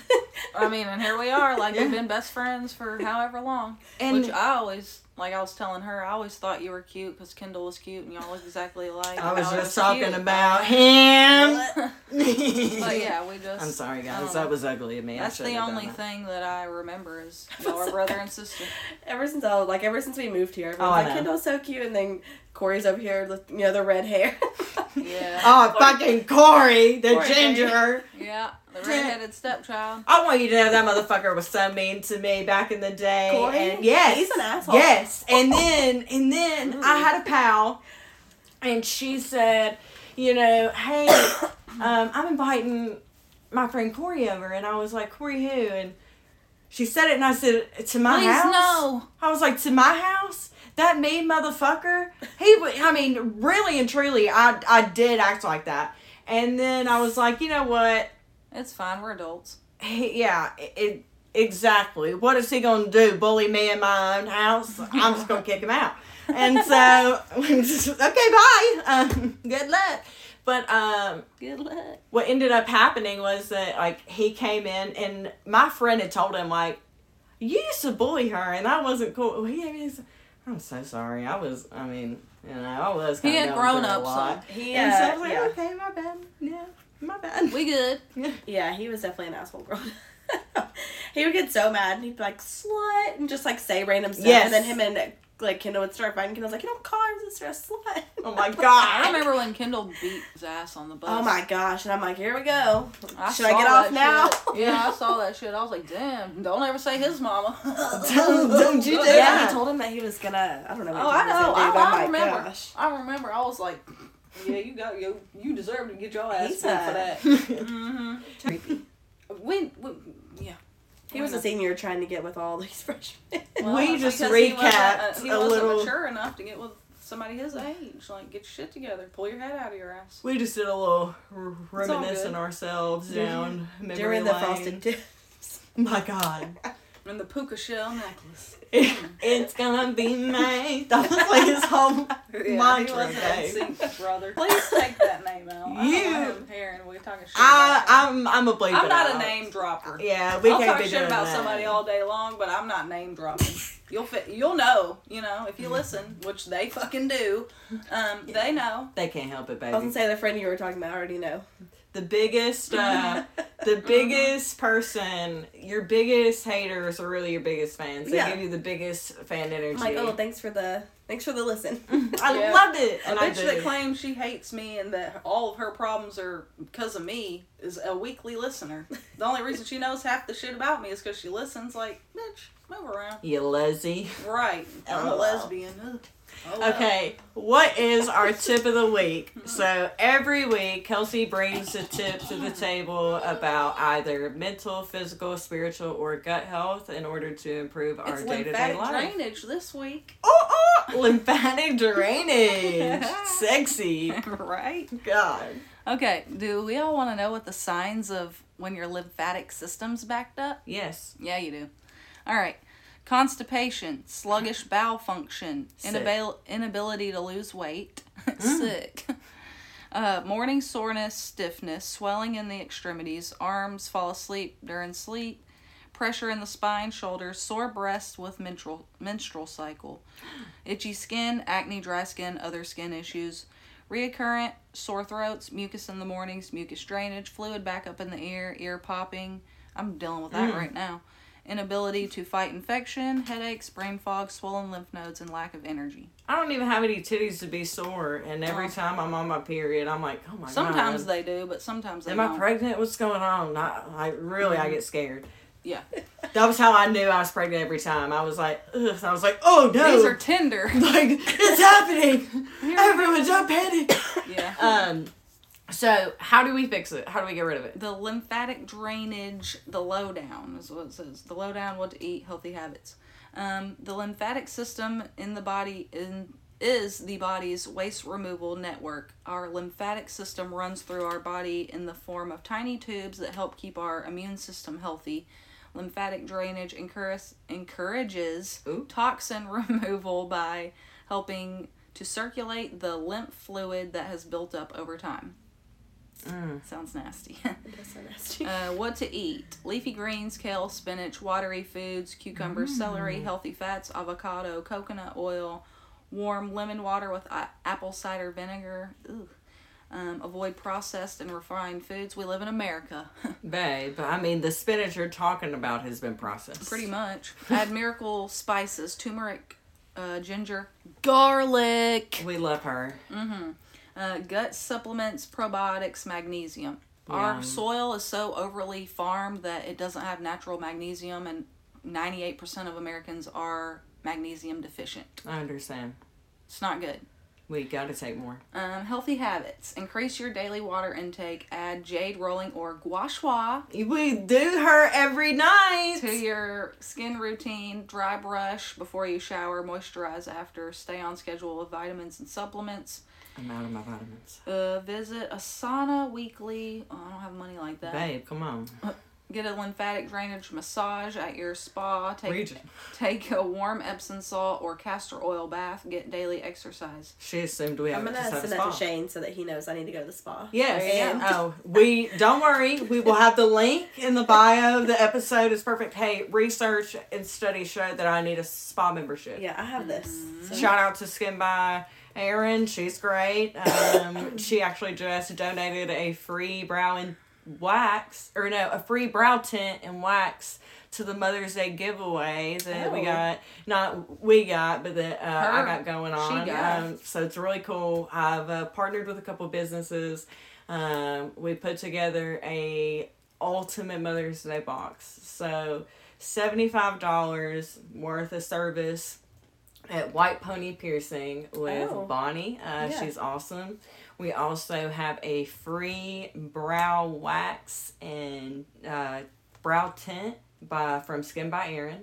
[SPEAKER 1] I mean, and here we are. Like
[SPEAKER 2] Yeah.
[SPEAKER 1] we've been best friends for however long.
[SPEAKER 2] And
[SPEAKER 1] which I always, like I was telling her, I always thouought you were cute because Kendall was cute and y'all looked exactly alike.
[SPEAKER 2] I was
[SPEAKER 1] and
[SPEAKER 2] just talking
[SPEAKER 1] cute.
[SPEAKER 2] about him.
[SPEAKER 1] But
[SPEAKER 2] Oh,
[SPEAKER 1] but yeah, we just.
[SPEAKER 2] I'm sorry,
[SPEAKER 1] I
[SPEAKER 2] guys.
[SPEAKER 1] don't
[SPEAKER 2] That
[SPEAKER 1] know.
[SPEAKER 2] was ugly of me. I
[SPEAKER 1] That's
[SPEAKER 2] shouldn't
[SPEAKER 1] the
[SPEAKER 2] have done
[SPEAKER 1] only
[SPEAKER 2] that.
[SPEAKER 1] thing that I remember is y'all are brother and sister.
[SPEAKER 3] Ever since I was like, ever since we moved
[SPEAKER 2] Oh,
[SPEAKER 3] here, everyone's
[SPEAKER 2] I
[SPEAKER 3] like,
[SPEAKER 2] know.
[SPEAKER 3] Kendall's so cute, and then Corey's over here with you know the red hair.
[SPEAKER 1] Yeah.
[SPEAKER 2] Oh, fucking Corey, the
[SPEAKER 3] Corey.
[SPEAKER 2] ginger.
[SPEAKER 1] Yeah, the redheaded stepchild.
[SPEAKER 2] I want you to know that motherfucker was so mean to me back in the day.
[SPEAKER 3] Corey?
[SPEAKER 2] And yes,
[SPEAKER 3] He's an asshole. Oh. Mm-hmm.
[SPEAKER 2] Yes, and then and then I had a pal, and she said, you know, hey, um, I'm inviting my friend Corey over, and I was like, Corey who? And she said it, and I said, to my
[SPEAKER 1] Please
[SPEAKER 2] house.
[SPEAKER 1] no.
[SPEAKER 2] I was like, to my house? That mean motherfucker? He would, I mean, really and truly, I, I did act like that. And then I was like, you know what?
[SPEAKER 1] It's fine. We're adults.
[SPEAKER 2] He, yeah, it, exactly. What is he gonna do? Bully me in my own house? I'm just gonna kick him out. And so, okay, bye. Um, good luck. But um,
[SPEAKER 1] Good luck.
[SPEAKER 2] what ended up happening was that like he came in and my friend had told him like, you used to bully her and that wasn't cool. He, he's, I'm so sorry. I was. I mean, you know, I was.
[SPEAKER 1] He
[SPEAKER 2] kinda
[SPEAKER 1] had
[SPEAKER 2] going
[SPEAKER 1] grown
[SPEAKER 2] through a
[SPEAKER 1] up
[SPEAKER 2] lot.
[SPEAKER 1] some.
[SPEAKER 3] He,
[SPEAKER 2] And so I
[SPEAKER 3] uh,
[SPEAKER 2] was like,
[SPEAKER 3] yeah,
[SPEAKER 2] okay, my bad. Yeah, my bad.
[SPEAKER 1] We good.
[SPEAKER 3] yeah, he was definitely an asshole, bro. he would get so mad, and he'd be like, "Slut," and just like say random stuff,
[SPEAKER 2] Yes.
[SPEAKER 3] and then him and like Kendall would start fighting. Kendall's like, you don't call her sister a slut. Oh my
[SPEAKER 1] I
[SPEAKER 3] god.
[SPEAKER 1] remember when Kendall beat his ass on the bus.
[SPEAKER 3] Oh my gosh. And I'm like, here we go.
[SPEAKER 1] I
[SPEAKER 3] Should I
[SPEAKER 1] saw
[SPEAKER 3] get off
[SPEAKER 1] that
[SPEAKER 3] now?
[SPEAKER 1] shit. Yeah, I saw that shit. I was like, damn, don't ever say his mama.
[SPEAKER 2] don't you dare.
[SPEAKER 3] Oh, Yeah, he told him that he was gonna. I don't know. What
[SPEAKER 1] Oh,
[SPEAKER 3] he
[SPEAKER 1] I
[SPEAKER 3] was gonna
[SPEAKER 1] know.
[SPEAKER 3] do,
[SPEAKER 1] I,
[SPEAKER 3] but I'm
[SPEAKER 1] I
[SPEAKER 3] like,
[SPEAKER 1] remember. Oh
[SPEAKER 3] gosh.
[SPEAKER 1] I remember. I was like, yeah, you got you. You deserve to get your ass beat
[SPEAKER 3] He's
[SPEAKER 1] for
[SPEAKER 3] a-
[SPEAKER 1] that. hmm
[SPEAKER 3] Creepy.
[SPEAKER 1] We, we, yeah.
[SPEAKER 3] He was a senior trying to get with all these freshmen.
[SPEAKER 1] Well,
[SPEAKER 2] We
[SPEAKER 1] because
[SPEAKER 2] just
[SPEAKER 1] he wasn't, uh,
[SPEAKER 2] recapped
[SPEAKER 1] he
[SPEAKER 2] a
[SPEAKER 1] wasn't
[SPEAKER 2] little-
[SPEAKER 1] mature enough to get with somebody his age. Like, get your shit together. Pull your head out of your ass.
[SPEAKER 2] We just did a little r-
[SPEAKER 1] all
[SPEAKER 2] reminiscing
[SPEAKER 1] good.
[SPEAKER 2] ourselves
[SPEAKER 3] During-
[SPEAKER 2] down memory
[SPEAKER 3] During the
[SPEAKER 2] lane.
[SPEAKER 3] frosted tips.
[SPEAKER 2] My God,
[SPEAKER 1] And the puka shell necklace.
[SPEAKER 2] it's gonna be mine. That was like his whole
[SPEAKER 1] Yeah, he
[SPEAKER 2] mantra.
[SPEAKER 1] wasn't in
[SPEAKER 2] Day.
[SPEAKER 1] sync, brother. Please take that name out. I
[SPEAKER 2] You-
[SPEAKER 1] don't want him here, and we're talking shit.
[SPEAKER 2] I,
[SPEAKER 1] about him.
[SPEAKER 2] I'm, I'm a bleep.
[SPEAKER 1] I'm
[SPEAKER 2] it
[SPEAKER 1] not a
[SPEAKER 2] out.
[SPEAKER 1] name dropper.
[SPEAKER 2] Yeah, we
[SPEAKER 1] I'll
[SPEAKER 2] can't
[SPEAKER 1] talk
[SPEAKER 2] be
[SPEAKER 1] shit
[SPEAKER 2] doing
[SPEAKER 1] about
[SPEAKER 2] that.
[SPEAKER 1] somebody all day long, but I'm not name dropping. You'll fit, you'll know, you know, if you listen, which they fucking do. Um, they know.
[SPEAKER 2] They can't help it,
[SPEAKER 3] I was gonna
[SPEAKER 2] baby.
[SPEAKER 3] say the friend you were talking about. I already know.
[SPEAKER 2] The biggest, uh, the biggest person, your biggest haters are really your biggest fans. They
[SPEAKER 3] Yeah.
[SPEAKER 2] give you the biggest fan energy.
[SPEAKER 3] I'm like, oh, thanks for the thanks for the listen.
[SPEAKER 2] I
[SPEAKER 1] Yeah.
[SPEAKER 2] loved it.
[SPEAKER 1] A
[SPEAKER 2] And I
[SPEAKER 1] bitch that
[SPEAKER 2] did.
[SPEAKER 1] claims she hates me and that all of her problems are because of me is a weekly listener. The only reason she knows half the shit about me is because she listens. Like, bitch, move around.
[SPEAKER 2] you lazy.
[SPEAKER 1] Right. I'm a
[SPEAKER 2] LOL.
[SPEAKER 1] lesbian. Ugh. Oh, well.
[SPEAKER 2] Okay, what is our tip of the week? So every week, Kelsey brings a tip to the table about either mental, physical, spiritual, or gut health in order to improve our
[SPEAKER 1] It's
[SPEAKER 2] day to day
[SPEAKER 1] lymphatic
[SPEAKER 2] life.
[SPEAKER 1] drainage this week.
[SPEAKER 2] Oh, oh, lymphatic drainage. Sexy.
[SPEAKER 1] right.
[SPEAKER 2] God.
[SPEAKER 1] Okay. Do we all want to know what the signs of when your lymphatic system's backed up?
[SPEAKER 2] Yes.
[SPEAKER 1] Yeah, you do. All right. Constipation, sluggish bowel function,
[SPEAKER 2] Sick.
[SPEAKER 1] inabil- inability to lose weight, sick. Uh, morning soreness, stiffness, swelling in the extremities, arms, fall asleep during sleep, pressure in the spine, shoulders, sore breast with menstrual menstrual cycle, itchy skin, acne, dry skin, other skin issues, reoccurrent sore throats, mucus in the mornings, mucus drainage, fluid back up in the ear, ear popping. I'm dealing with
[SPEAKER 2] Mm.
[SPEAKER 1] that right now. Inability to fight infection, headaches, brain fog, swollen lymph nodes, and lack of energy.
[SPEAKER 2] I don't even have any titties to be sore, and every
[SPEAKER 1] Oh.
[SPEAKER 2] time I'm on my period, I'm like, oh my god.
[SPEAKER 1] Sometimes they do, but sometimes they
[SPEAKER 2] Am
[SPEAKER 1] don't. Mm-hmm.
[SPEAKER 2] I pregnant? What's going on? I, I really, I get scared.
[SPEAKER 1] Yeah.
[SPEAKER 2] That was how I knew I was pregnant every time. I was like, ugh. I was like, oh no.
[SPEAKER 1] These are tender.
[SPEAKER 2] like it's happening.
[SPEAKER 1] Here we
[SPEAKER 2] Everyone's up panic.
[SPEAKER 1] yeah.
[SPEAKER 2] Um, so how do we fix it? How do we get rid of it?
[SPEAKER 1] the lymphatic drainage, the lowdown is what it says. The lowdown, what to eat, healthy habits. Um, the lymphatic system in the body in, is the body's waste removal network. Our lymphatic system runs through our body in the form of tiny tubes that help keep our immune system healthy. Lymphatic drainage encourages, encourages
[SPEAKER 2] Ooh.
[SPEAKER 1] toxin removal by helping to circulate the lymph fluid that has built up over time. Sounds nasty.
[SPEAKER 3] That's so nasty.
[SPEAKER 1] Uh, what to eat leafy greens, kale, spinach, watery foods, cucumber, celery, healthy fats, avocado, coconut oil, warm lemon water with a- apple cider vinegar. Ooh. Um, avoid processed and refined foods. We live in America,
[SPEAKER 2] Babe, I mean the spinach you're talking about has been processed.
[SPEAKER 1] pretty much. Add miracle spices turmeric, uh, ginger, garlic,
[SPEAKER 2] We love her.
[SPEAKER 1] uh, gut supplements, probiotics, magnesium. Our
[SPEAKER 2] Yum.
[SPEAKER 1] soil is so overly farmed that it doesn't have natural magnesium, and 98% of Americans are magnesium deficient.
[SPEAKER 2] I understand.
[SPEAKER 1] It's not good.
[SPEAKER 2] We got to take more.
[SPEAKER 1] Um, healthy habits. Increase your daily water intake. Add jade rolling or gua sha
[SPEAKER 2] We do her every night.
[SPEAKER 1] to your skin routine. Dry brush before you shower. Moisturize after. Stay on schedule with vitamins and supplements.
[SPEAKER 2] I'm out of my vitamins.
[SPEAKER 1] Uh, visit a sauna weekly. Oh, I don't have money like that.
[SPEAKER 2] Babe, come on.
[SPEAKER 1] Get a lymphatic drainage massage at your spa. Take
[SPEAKER 2] Region.
[SPEAKER 1] take a warm Epsom salt or castor oil bath. Get daily exercise.
[SPEAKER 2] She assumed we
[SPEAKER 3] I'm
[SPEAKER 2] have
[SPEAKER 3] gonna
[SPEAKER 2] just had a
[SPEAKER 3] send that to
[SPEAKER 2] spa.
[SPEAKER 3] Shane so that he knows I need to go to the spa.
[SPEAKER 2] Yes.
[SPEAKER 3] And-
[SPEAKER 2] Oh, we don't worry. We will have the link in the bio. The episode is perfect. Hey, research and study show that I need a spa membership.
[SPEAKER 3] Yeah, I have this. So-
[SPEAKER 2] Shout out to Skin by Erin. She's great. Um, she actually just donated a free brow and wax or no, a free brow tint and wax to the Mother's Day giveaway that we
[SPEAKER 3] Oh.
[SPEAKER 2] got. Not we got, but that uh, I
[SPEAKER 1] Her.
[SPEAKER 2] got going
[SPEAKER 1] She
[SPEAKER 2] on.
[SPEAKER 1] got.
[SPEAKER 2] Um, so it's really cool. I've uh, partnered with a couple businesses. Um, we put together a ultimate Mother's Day box. So seventy five dollars worth of service at White Pony Piercing with
[SPEAKER 3] Oh.
[SPEAKER 2] Bonnie. Uh,
[SPEAKER 3] Yeah.
[SPEAKER 2] She's awesome. We also have a free brow wax and uh, brow tint by from Skin by Erin.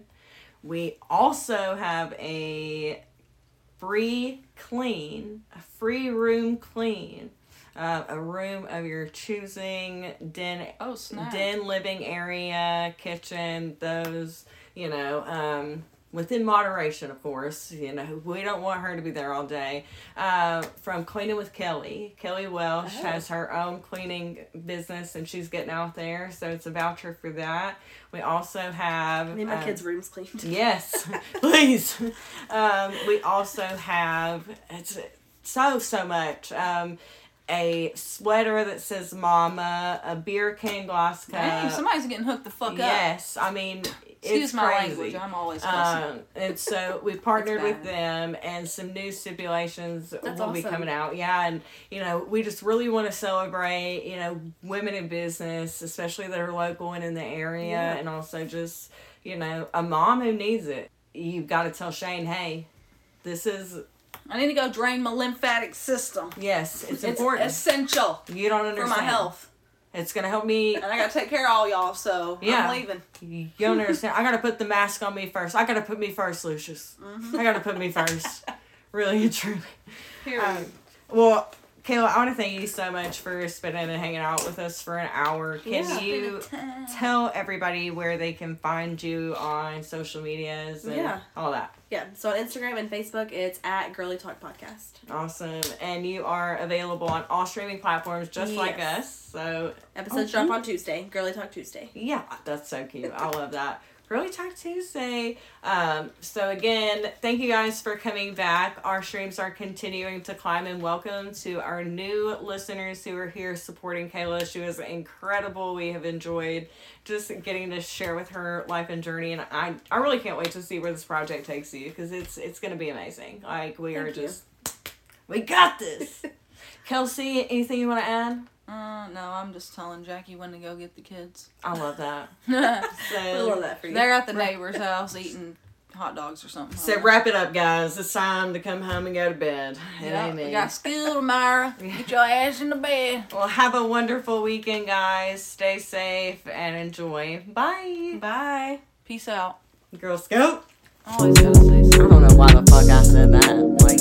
[SPEAKER 2] We also have a free clean, a free room clean, uh, a room of your choosing, den
[SPEAKER 1] Oh snap!
[SPEAKER 2] den living area kitchen those you know um within moderation of course you know we don't want her to be there all day uh, from cleaning with kelly kelly welsh
[SPEAKER 3] Oh.
[SPEAKER 2] has her own cleaning business and she's getting out there so it's a voucher for that we also have
[SPEAKER 3] I mean, my
[SPEAKER 2] um,
[SPEAKER 3] kids' rooms cleaned.
[SPEAKER 2] Yes, please. Um, we also have it's so so much. Um, a sweater that says "Mama," a beer can glass cup.
[SPEAKER 1] Dang, somebody's getting hooked the fuck up.
[SPEAKER 2] yes, I mean
[SPEAKER 1] Excuse
[SPEAKER 2] it's
[SPEAKER 1] my
[SPEAKER 2] crazy.
[SPEAKER 1] language. I'm always cussing.
[SPEAKER 2] Um, and so we partnered with
[SPEAKER 1] bad.
[SPEAKER 2] them, and some new stipulations
[SPEAKER 3] That's
[SPEAKER 2] will be
[SPEAKER 3] awesome.
[SPEAKER 2] coming out. Yeah, and you know we just really want to celebrate you know women in business, especially that are local and in the area,
[SPEAKER 3] Yeah.
[SPEAKER 2] and also just you know a mom who needs it. You've got to tell Shane, hey, this is
[SPEAKER 1] I need to go drain my lymphatic system.
[SPEAKER 2] yes, it's,
[SPEAKER 1] It's,
[SPEAKER 2] important.
[SPEAKER 1] essential
[SPEAKER 2] you don't understand.
[SPEAKER 1] for my health,
[SPEAKER 2] It's gonna help me.
[SPEAKER 1] and I gotta take care of all y'all. So
[SPEAKER 2] Yeah.
[SPEAKER 1] I'm leaving.
[SPEAKER 2] You don't understand. I gotta put the mask on me first. I gotta put me first, Lucius.
[SPEAKER 3] Mm-hmm.
[SPEAKER 2] I gotta put me first. really and truly.
[SPEAKER 1] Here.
[SPEAKER 2] Um, well, Kayla, I want to thank you so much for spending and hanging out with us for an hour. Can
[SPEAKER 3] Yeah.
[SPEAKER 2] you tell everybody where they can find you on social medias and
[SPEAKER 3] Yeah.
[SPEAKER 2] all that?
[SPEAKER 3] Yeah. So on Instagram and Facebook, it's at Girly Talk Podcast.
[SPEAKER 2] Awesome. And you are available on all streaming platforms just like
[SPEAKER 3] Yes.
[SPEAKER 2] us. So,
[SPEAKER 3] Episodes drop on Tuesday. Girly Talk Tuesday.
[SPEAKER 2] yeah, that's so cute. I love that. Girly Talk Tuesday. Um, so again, thank you guys for coming back. Our streams are continuing to climb, and welcome to our new listeners who are here supporting Kayla. She was incredible. We have enjoyed just getting to share with her life and journey, and I I really can't wait to see where this project takes you because it's it's gonna be amazing. Like we are
[SPEAKER 3] Thank you.
[SPEAKER 2] just, we got this. Kelsey, anything you want to add?
[SPEAKER 1] Uh, no, I'm just telling Jackie when to go get the kids.
[SPEAKER 2] I love that.
[SPEAKER 1] They're
[SPEAKER 2] So,
[SPEAKER 3] We love that for you.
[SPEAKER 1] at the neighbor's house eating hot dogs or something.
[SPEAKER 2] So wrap it up, guys. It's time to come home and go to bed. It
[SPEAKER 1] Yeah,
[SPEAKER 2] ain't
[SPEAKER 1] we
[SPEAKER 2] me.
[SPEAKER 1] got school tomorrow. Get your ass in the bed.
[SPEAKER 2] Well, have a wonderful weekend, guys. Stay safe and enjoy. Bye.
[SPEAKER 3] Bye.
[SPEAKER 1] Peace out.
[SPEAKER 2] Girl Scout.
[SPEAKER 1] Always gotta say something.
[SPEAKER 2] I don't know why the fuck I said that. Like.